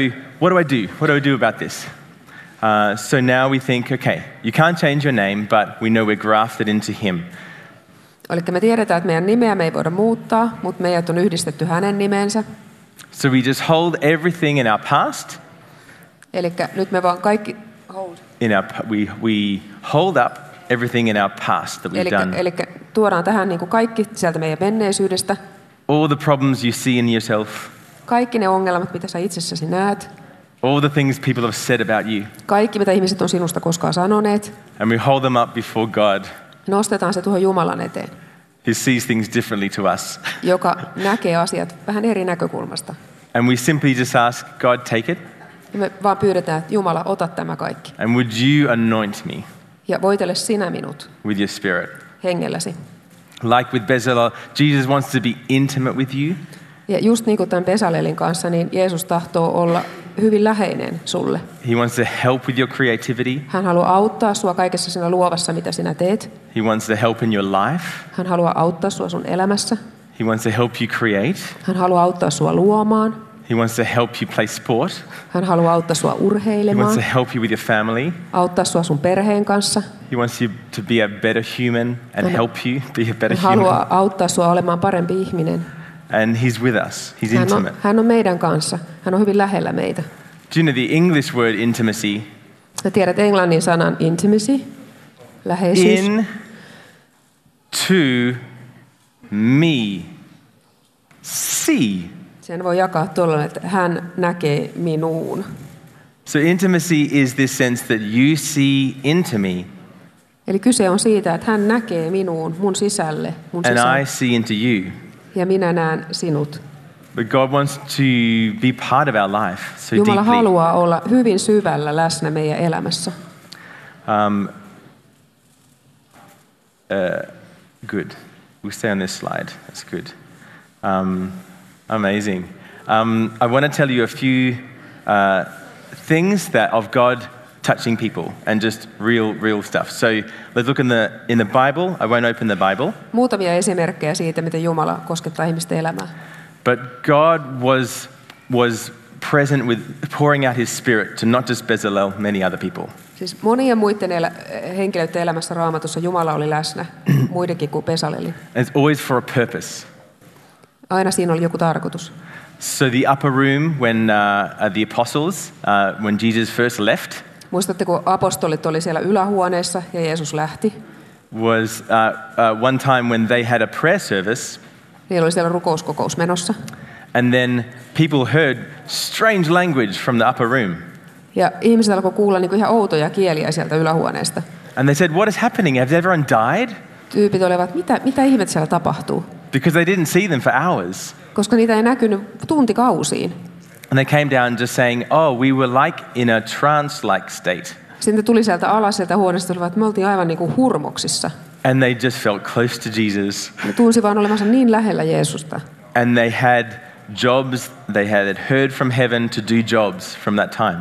Speaker 1: what do I do? What do I do about this? Uh, so now we think, okay, you can't change your name, but we know we're grafted into Him.
Speaker 2: Eli me tiedetään, että meidän nimeä me ei voida muuttaa, mutta meidät on yhdistetty hänen nimeensä.
Speaker 1: So we just hold everything in our past.
Speaker 2: Eli nyt me vaan kaikki... Hold.
Speaker 1: In our, p- we, we hold up everything in our past that we've
Speaker 2: Eli,
Speaker 1: done.
Speaker 2: eli tuodaan tähän niin kuin kaikki sieltä meidän menneisyydestä,
Speaker 1: all the problems you see in yourself,
Speaker 2: kaikki ne ongelmat, mitä sä itsessäsi näet,
Speaker 1: all the things people have said about you,
Speaker 2: kaikki mitä ihmiset on sinusta koskaan sanoneet,
Speaker 1: and we hold them up before God,
Speaker 2: nostetaan se tuohon Jumalan eteen,
Speaker 1: who sees things differently to us.
Speaker 2: joka näkee asiat vähän eri näkökulmasta.
Speaker 1: And we simply just ask, God, take it,
Speaker 2: Ja me vaan pyydetään, että Jumala, ota tämä kaikki
Speaker 1: and would you anoint me
Speaker 2: ja voitele sinä minut
Speaker 1: with your spirit?
Speaker 2: hengelläsi.
Speaker 1: Like with Bezalel, Jesus wants to be intimate with you.
Speaker 2: Ja just niin kuin tämän Pesalelin kanssa, niin Jeesus tahtoo olla hyvin läheinen sulle.
Speaker 1: He wants to help with your creativity.
Speaker 2: Hän haluaa auttaa sua kaikessa siinä luovassa, mitä sinä teet.
Speaker 1: He wants to help in your life.
Speaker 2: Hän haluaa auttaa sua sun elämässä.
Speaker 1: He wants to help you create.
Speaker 2: Hän haluaa auttaa sua luomaan.
Speaker 1: He wants to help you play sport.
Speaker 2: Hän haluaa auttaa sua
Speaker 1: He wants
Speaker 2: urheilemaan,
Speaker 1: to help you with your family.
Speaker 2: auttaa sua sun perheen kanssa.
Speaker 1: He wants you to be a better human and
Speaker 2: Hän-
Speaker 1: help you be a better human.
Speaker 2: Hän haluaa auttaa sua olemaan parempi ihminen.
Speaker 1: And he's with us. He's
Speaker 2: Hän on,
Speaker 1: intimate.
Speaker 2: hän on meidän kanssa. Hän on hyvin lähellä meitä.
Speaker 1: Do you know the English word intimacy?
Speaker 2: Sä tiedät englannin sanan intimacy, läheisyys.
Speaker 1: In to me. See.
Speaker 2: Sen voi jakaa tuolla, että hän näkee minuun.
Speaker 1: So intimacy is this sense that you see into me
Speaker 2: Eli kyse on siitä, että hän näkee minuun, mun sisälle, mun
Speaker 1: and I
Speaker 2: sisälle.
Speaker 1: see into you.
Speaker 2: Ja minä näen sinut.
Speaker 1: But God wants to be part of our life so
Speaker 2: Jumala
Speaker 1: deeply.
Speaker 2: haluaa olla hyvin syvällä läsnä meidän elämässä.
Speaker 1: Um, uh, good. We'll stay on this slide. That's good. Um, amazing. Um, I want to tell you a few uh, things that of God touching people and just real, real stuff. So let's look in the in the Bible. I won't open the Bible,
Speaker 2: Muutamia esimerkkejä siitä, miten Jumala koskettaa ihmisten elämää.
Speaker 1: but God was was present with pouring out His Spirit to not just Bezalel, many other people.
Speaker 2: Siis monien muiden elä- henkilöiden elämässä raamatussa Jumala oli läsnä, muidenkin kuin Pesaleli.
Speaker 1: And it's always for a purpose.
Speaker 2: Aina siinä oli joku tarkoitus.
Speaker 1: So the upper room, when uh, uh, the apostles, uh, when Jesus first left,
Speaker 2: Muistatte, kun apostolit oli siellä ylähuoneessa ja Jeesus lähti.
Speaker 1: was uh, uh, one time when they had a prayer service,
Speaker 2: Niillä oli siellä rukouskokous menossa.
Speaker 1: and then people heard strange language from the upper room,
Speaker 2: Ja ihmiset alkoi kuulla niin kuin ihan outoja kieliä sieltä ylähuoneesta.
Speaker 1: and they said, "What is happening? Has everyone died?"
Speaker 2: Tyypit olivat, mitä, mitä ihmettä siellä tapahtuu?
Speaker 1: Because they didn't see them for hours,
Speaker 2: Koska niitä ei näkynyt tuntikausiin.
Speaker 1: and they came down just saying, "Oh, we were like in a trance-like state,"
Speaker 2: Sitten tuli sieltä alas sieltä huoneesta, olivat, että me oltiin aivan niin kuin hurmoksissa.
Speaker 1: and they just felt close to Jesus,
Speaker 2: Ne tunsi vaan olevansa niin lähellä Jeesusta.
Speaker 1: and they had jobs they had heard from heaven to do jobs from that time.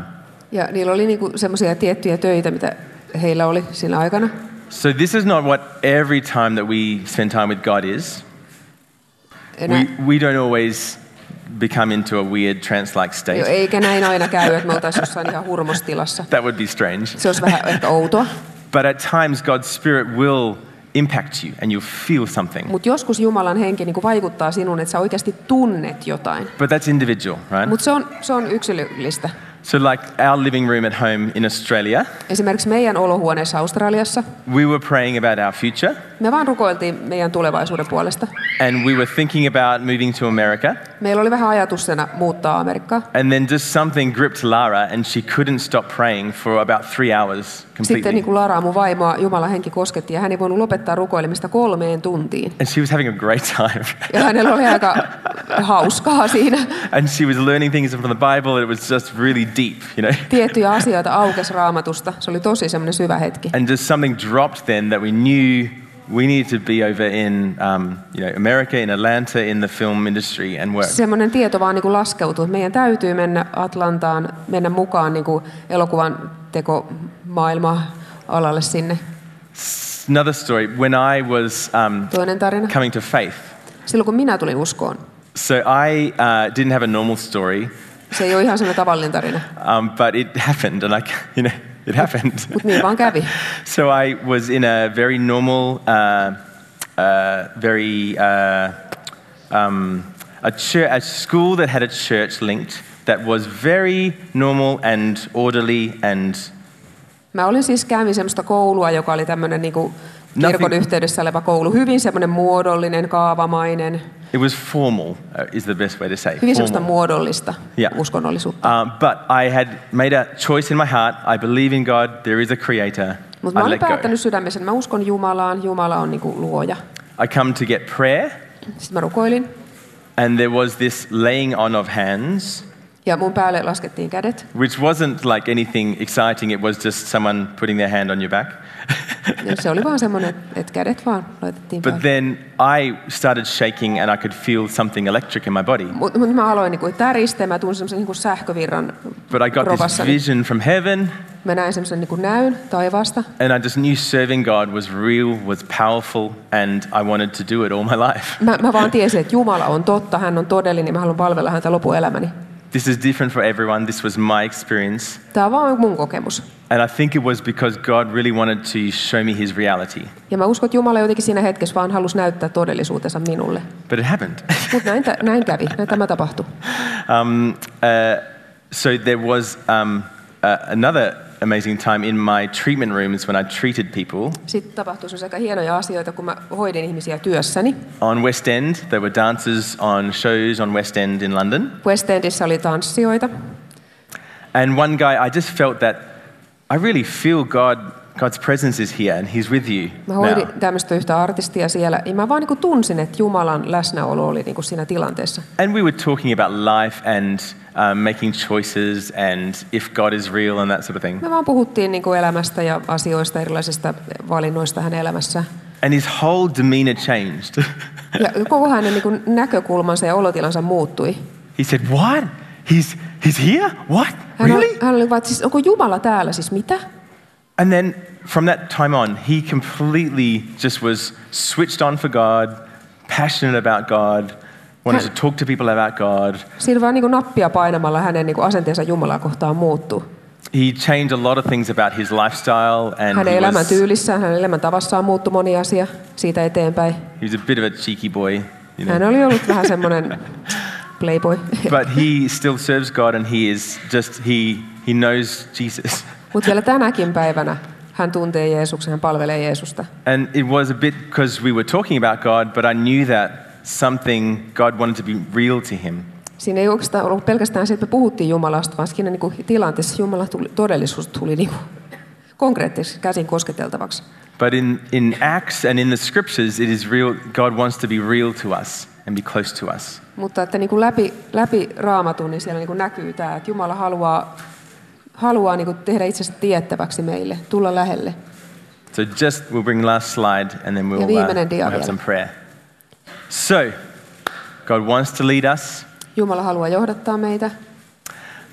Speaker 2: Ja niillä oli niin semmoisia tiettyjä töitä, mitä heillä oli siinä aikana.
Speaker 1: So this is not what every time that we spend time with God is.
Speaker 2: Enää,
Speaker 1: We, we don't always become into a weird trance-like
Speaker 2: jo,
Speaker 1: state.
Speaker 2: eikä näin aina käy, että me oltaisiin jossain ihan hurmostilassa.
Speaker 1: That would be strange.
Speaker 2: Se olisi vähän ehkä outoa.
Speaker 1: But at times God's spirit will impact you and you'll feel something.
Speaker 2: Mutta joskus Jumalan henki niin vaikuttaa sinun, että sä oikeasti tunnet jotain.
Speaker 1: But that's individual, right?
Speaker 2: Mutta se on, se on yksilöllistä.
Speaker 1: So like our living room at home in Australia,
Speaker 2: Esimerkiksi meidän olohuoneessa Australiassa
Speaker 1: we were praying about our future
Speaker 2: me vaan rukoiltiin meidän tulevaisuuden puolesta.
Speaker 1: and we were thinking about moving to America.
Speaker 2: Meillä oli vähän ajatuksena muuttaa Amerikkaa.
Speaker 1: And then just something gripped Lara and she couldn't stop praying for about three hours
Speaker 2: Sitten
Speaker 1: completely.
Speaker 2: niin kuin Laraa, mun vaimoa, Jumalan henki kosketti ja hän ei voinut lopettaa rukoilemista kolmeen tuntiin.
Speaker 1: And she was having a great time.
Speaker 2: Ja hänellä oli aika hauskaa siinä.
Speaker 1: and she was learning things from the Bible. and It was just really deep, you know.
Speaker 2: Tiettyjä asioita aukes raamatusta. Se oli tosi semmoinen syvä hetki.
Speaker 1: And just something dropped then that we knew we needed to be over in, um, you know, America, in Atlanta, in the film industry and work.
Speaker 2: Semmoinen tieto vaan niin kuin laskeutui. että Meidän täytyy mennä Atlantaan, mennä mukaan niin kuin elokuvan teko niinku maailma alalle sinne.
Speaker 1: Another story. When I was um,
Speaker 2: Toinen tarina.
Speaker 1: coming to faith,
Speaker 2: Silloin kun minä tulin uskoon,
Speaker 1: so I uh, didn't have a normal story,
Speaker 2: se ei ole ihan semmoinen tavallinen tarina,
Speaker 1: um, but it happened, and I, c- you know, it happened.
Speaker 2: mutta niin vaan kävi.
Speaker 1: So I was in a very normal, uh, uh, very uh, um, a, chur a school that had a church linked that was very normal and orderly and
Speaker 2: Mä olin siis käynyt semmoista koulua, joka oli tämmöinen niin kirkon
Speaker 1: Nothing-
Speaker 2: yhteydessä oleva koulu. Hyvin semmoinen muodollinen, kaavamainen,
Speaker 1: it was formal uh, is the best way to say
Speaker 2: hyvin semmoista
Speaker 1: formal.
Speaker 2: muodollista
Speaker 1: Yeah.
Speaker 2: uskonnollisuutta.
Speaker 1: Um, but I had made a choice in my heart. I believe in God. There is a Creator.
Speaker 2: Mutta
Speaker 1: I
Speaker 2: mä olin
Speaker 1: let go.
Speaker 2: päättänyt sydämessä, että mä uskon Jumalaan, Jumala on niin kuin luoja.
Speaker 1: I come to get prayer,
Speaker 2: Sitten mä rukoilin
Speaker 1: and there was this laying on of hands.
Speaker 2: ja mun päälle laskettiin kädet.
Speaker 1: Which wasn't like anything exciting, it was just someone putting their hand on your back.
Speaker 2: Ja se oli vaan semmoinen, että kädet vaan laitettiin
Speaker 1: But
Speaker 2: päälle.
Speaker 1: then I started shaking and I could feel something electric in my body.
Speaker 2: Mutta mut mä aloin niin täristä ja mä tunsin semmoisen niin sähkövirran
Speaker 1: But I got this
Speaker 2: kropassani.
Speaker 1: vision from heaven
Speaker 2: Mä näin semmoisen niin näyn taivaasta.
Speaker 1: and I just knew serving God was real, was powerful, and I wanted to do it all my life.
Speaker 2: Mä, mä vaan tiesin, että Jumala on totta, hän on todellinen, niin mä haluan palvella häntä lopuelämäni.
Speaker 1: This is different for everyone. This was my experience.
Speaker 2: Tämä on vaan mun kokemus.
Speaker 1: And I think it was because God really wanted to show me his reality.
Speaker 2: Ja mä uskon, että Jumala jotenkin siinä hetkessä vaan halusi näyttää todellisuutensa minulle.
Speaker 1: But it happened.
Speaker 2: Mutta näin, tä- näin kävi, näin tämä tapahtui.
Speaker 1: Um, uh, so there was um, uh, another amazing time in my treatment rooms when I treated people.
Speaker 2: Sitten tapahtui semmoisia aika hienoja asioita, kun mä hoidin ihmisiä työssäni.
Speaker 1: On West End, there were dancers on shows on West End in London.
Speaker 2: West Endissä oli tanssijoita.
Speaker 1: And one guy, I just felt that I really feel God, God's presence is here and he's with you
Speaker 2: Mä hoidin
Speaker 1: now.
Speaker 2: tämmöistä yhtä artistia siellä, ja mä vaan niin tunsin, että Jumalan läsnäolo oli niin siinä tilanteessa.
Speaker 1: And we were talking about life and um, making choices and if God is real and that sort of thing.
Speaker 2: Me vaan puhuttiin niin elämästä ja asioista, erilaisista valinnoista hänen elämässään.
Speaker 1: And his whole demeanor changed.
Speaker 2: Ja koko hänen niin näkökulmansa ja olotilansa muuttui.
Speaker 1: he said, What? He's, he's here? What?
Speaker 2: Hän,
Speaker 1: Really?
Speaker 2: hän oli vaan, että siis onko Jumala täällä, siis mitä?
Speaker 1: And then from that time on, he completely just was switched on for God, passionate about God, wanted to talk to people about God.
Speaker 2: Siinä vaan niin nappia painamalla hänen niin asenteensa Jumalaa kohtaan muuttuu.
Speaker 1: He changed a lot of things about his lifestyle, and
Speaker 2: Hänen
Speaker 1: he was,
Speaker 2: elämäntyylissään, hänen elämäntavassaan muuttui moni asia siitä eteenpäin.
Speaker 1: he was a bit of a cheeky boy, you know.
Speaker 2: Hän oli ollut vähän semmoinen playboy.
Speaker 1: But he still serves God, and he is just he he knows Jesus.
Speaker 2: Mutta vielä tänäkin päivänä hän tuntee Jeesuksen, hän palvelee Jeesusta.
Speaker 1: And it was a bit because we were talking about God, but I knew that something God wanted to be real to him.
Speaker 2: Siinä ei oikeastaan ollut pelkästään se, että me puhuttiin Jumalasta, vaan siinä niin tilanteessa Jumala tuli, todellisuus tuli niin konkreettiseksi käsin kosketeltavaksi.
Speaker 1: But in, in Acts and in the scriptures, it is real. God wants to be real to us and be close to us.
Speaker 2: Mutta että niin kuin läpi, läpi raamatun, niin siellä niin kuin näkyy tämä, että Jumala haluaa, haluaa niin kuin tehdä itsensä tiettäväksi meille, tulla lähelle.
Speaker 1: So just, we'll bring last slide and then we'll,
Speaker 2: Ja
Speaker 1: uh,
Speaker 2: viimeinen dia
Speaker 1: we'll have
Speaker 2: vielä.
Speaker 1: some prayer. So, God wants to lead us.
Speaker 2: Jumala haluaa johdattaa meitä.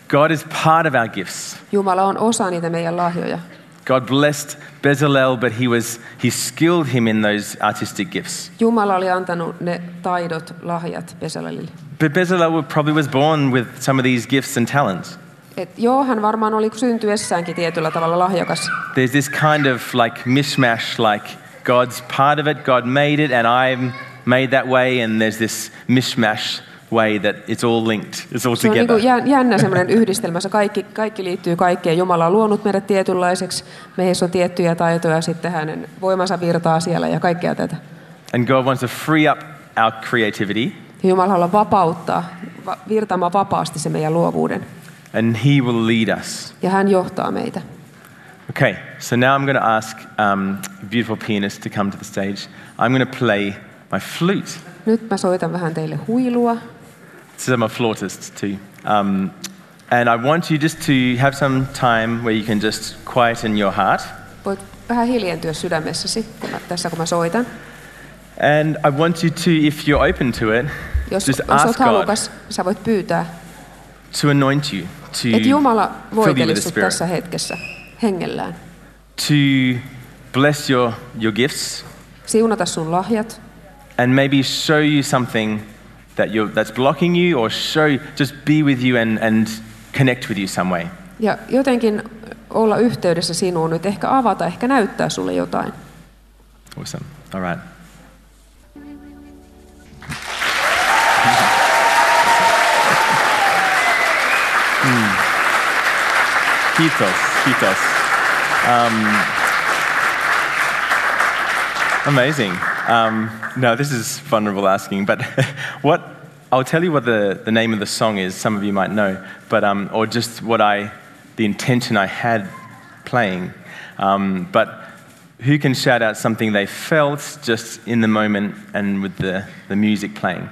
Speaker 1: God is part of our gifts.
Speaker 2: Jumala on osa niitä meidän lahjoja.
Speaker 1: God blessed Bezalel, but he, was, he skilled him in those artistic gifts.
Speaker 2: Jumala oli antanut ne taidot, lahjat Pesalelille.
Speaker 1: But Bezalel wa- probably was born with some of these gifts and talents.
Speaker 2: Et joo, hän varmaan oli syntyessäänkin tietyllä tavalla lahjakas.
Speaker 1: There's this kind of like mishmash, like God's part of it, God made it, and I'm made that way, and there's this mishmash way that it's all linked, it's all
Speaker 2: Se on
Speaker 1: together.
Speaker 2: niin jä- jännä semmoinen yhdistelmä. Se kaikki, kaikki liittyy kaikkeen. Jumala on luonut meidät tietynlaiseksi. Meissä on tiettyjä taitoja, sitten hänen voimansa virtaa siellä ja kaikkea tätä.
Speaker 1: And God wants to free up our creativity,
Speaker 2: Ja Jumala haluaa vapauttaa, va- virtaamaan vapaasti se meidän luovuuden.
Speaker 1: and He will lead us.
Speaker 2: Ja hän johtaa meitä.
Speaker 1: Okay, so now I'm going to ask um, a beautiful pianist to come to the stage. I'm going to play my flute.
Speaker 2: Nyt mä soitan vähän teille huilua.
Speaker 1: So I'm a flautist too. Um, and I want you just to have some time where you can just quieten your heart.
Speaker 2: Voit vähän hiljentyä sydämessäsi kun mä, tässä, kun mä soitan.
Speaker 1: And I want you to, if you're open to it,
Speaker 2: Jos,
Speaker 1: just
Speaker 2: jos olet
Speaker 1: ask God
Speaker 2: halukas, sä voit pyytää,
Speaker 1: to anoint you, to
Speaker 2: että Jumala
Speaker 1: fill you with the
Speaker 2: voitelisi sut
Speaker 1: Spirit.
Speaker 2: tässä hetkessä hengellään.
Speaker 1: to bless your, your gifts
Speaker 2: Siunata sun lahjat
Speaker 1: and maybe show you something that you're, that's blocking you or show, just be with you and, and connect with you some way.
Speaker 2: ja jotenkin olla yhteydessä sinuun nyt, ehkä avata, ehkä näyttää sulle jotain.
Speaker 1: Awesome. All right. Mm. Kiitos, kiitos. Um, amazing. Um, no, this is vulnerable asking, but what I'll tell you what the, the name of the song is. Some of you might know, but um, or just what I, the intention I had playing. Um, but who can shout out something they felt just in the moment and with the, the music playing?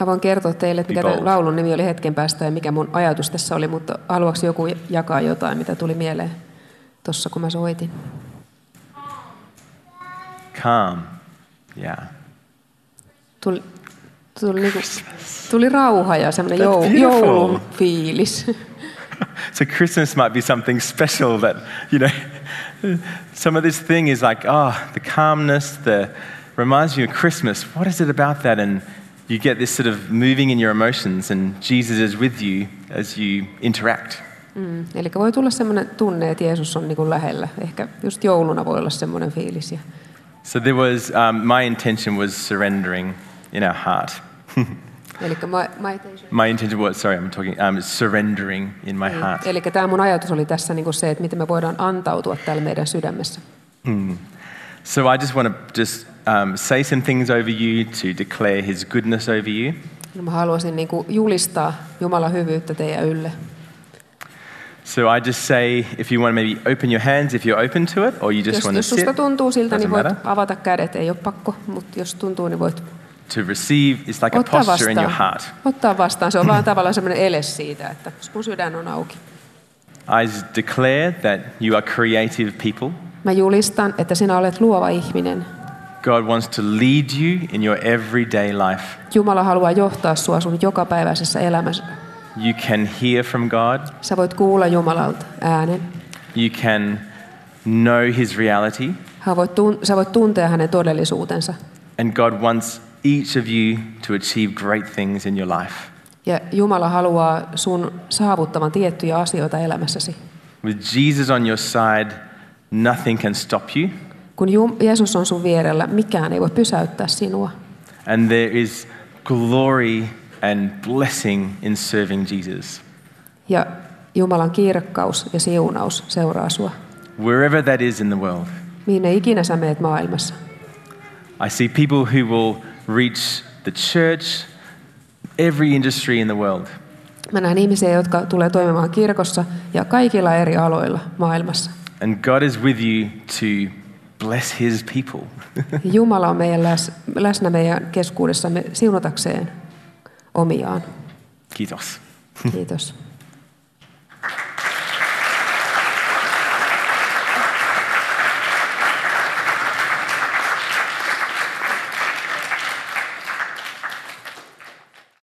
Speaker 2: Mä voin kertoa teille, että mikä
Speaker 1: Be bold.
Speaker 2: tämän laulun nimi oli hetken päästä ja mikä mun ajatus tässä oli, mutta haluaako joku jakaa jotain, mitä tuli mieleen tuossa, kun mä soitin?
Speaker 1: Calm. Yeah.
Speaker 2: Tuli, tuli, niinku, tuli rauha ja semmoinen jou,
Speaker 1: beautiful.
Speaker 2: joulun fiilis.
Speaker 1: So Christmas might be something special that, you know, some of this thing is like, ah, the calmness, the reminds you of Christmas. What is it about that? And you get this sort of moving in your emotions and Jesus is with you as you interact.
Speaker 2: Mm. Eli voi tulla semmoinen tunne, että Jeesus on niinku lähellä. Ehkä just jouluna voi olla semmoinen fiilis. Ja
Speaker 1: So there was, um, my intention was surrendering in our heart.
Speaker 2: Eli mä, mä eteen
Speaker 1: my intention was, sorry, I'm talking, um, surrendering in my heart.
Speaker 2: Eli tämä mun ajatus oli tässä niinku se, että miten me voidaan antautua täällä meidän sydämessä.
Speaker 1: So I just want to just um, say some things over you to declare his goodness over you.
Speaker 2: No mä haluaisin niinku julistaa Jumalan hyvyyttä teidän ylle.
Speaker 1: So I just say, if you want to maybe open your hands, if you're open to it, or you just
Speaker 2: Jos,
Speaker 1: want to
Speaker 2: jos
Speaker 1: sit,
Speaker 2: susta tuntuu siltä,
Speaker 1: doesn't
Speaker 2: niin voit
Speaker 1: matter,
Speaker 2: avata kädet, ei ole pakko, mutta jos tuntuu, niin voit
Speaker 1: to receive, it's like a
Speaker 2: ottaa
Speaker 1: posture in your
Speaker 2: vastaan.
Speaker 1: heart.
Speaker 2: Ottaa vastaan, se on vaan tavallaan semmoinen ele siitä, että mun sydän on auki.
Speaker 1: I declare that you are creative people.
Speaker 2: Mä julistan, että sinä olet luova ihminen.
Speaker 1: God wants to lead you in your everyday life.
Speaker 2: Jumala haluaa johtaa sua sun jokapäiväisessä elämässä.
Speaker 1: You can hear from God.
Speaker 2: Sä voit kuulla Jumalalta äänen.
Speaker 1: You can know his reality.
Speaker 2: Hän voit tun- sä voit tuntea hänen todellisuutensa.
Speaker 1: And God wants each of you to achieve great things in your life.
Speaker 2: Ja Jumala haluaa sun saavuttavan tiettyjä asioita elämässäsi.
Speaker 1: With Jesus on your side, nothing can stop you.
Speaker 2: Kun Jum- Jeesus on sun vierellä, mikään ei voi pysäyttää sinua.
Speaker 1: And there is glory and blessing in serving Jesus.
Speaker 2: Ja Jumalan kirkkaus ja siunaus seuraa sua.
Speaker 1: Wherever that is in the world,
Speaker 2: Minne ikinä sä meet maailmassa.
Speaker 1: I see people who will reach the church, every industry in the world.
Speaker 2: Mä näen ihmisiä, jotka tulee toimimaan kirkossa ja kaikilla eri aloilla maailmassa.
Speaker 1: And God is with you to bless his people.
Speaker 2: Ja Jumala on meidän läs- läsnä meidän keskuudessamme siunatakseen omiaan.
Speaker 1: Kiitos.
Speaker 2: Kiitos.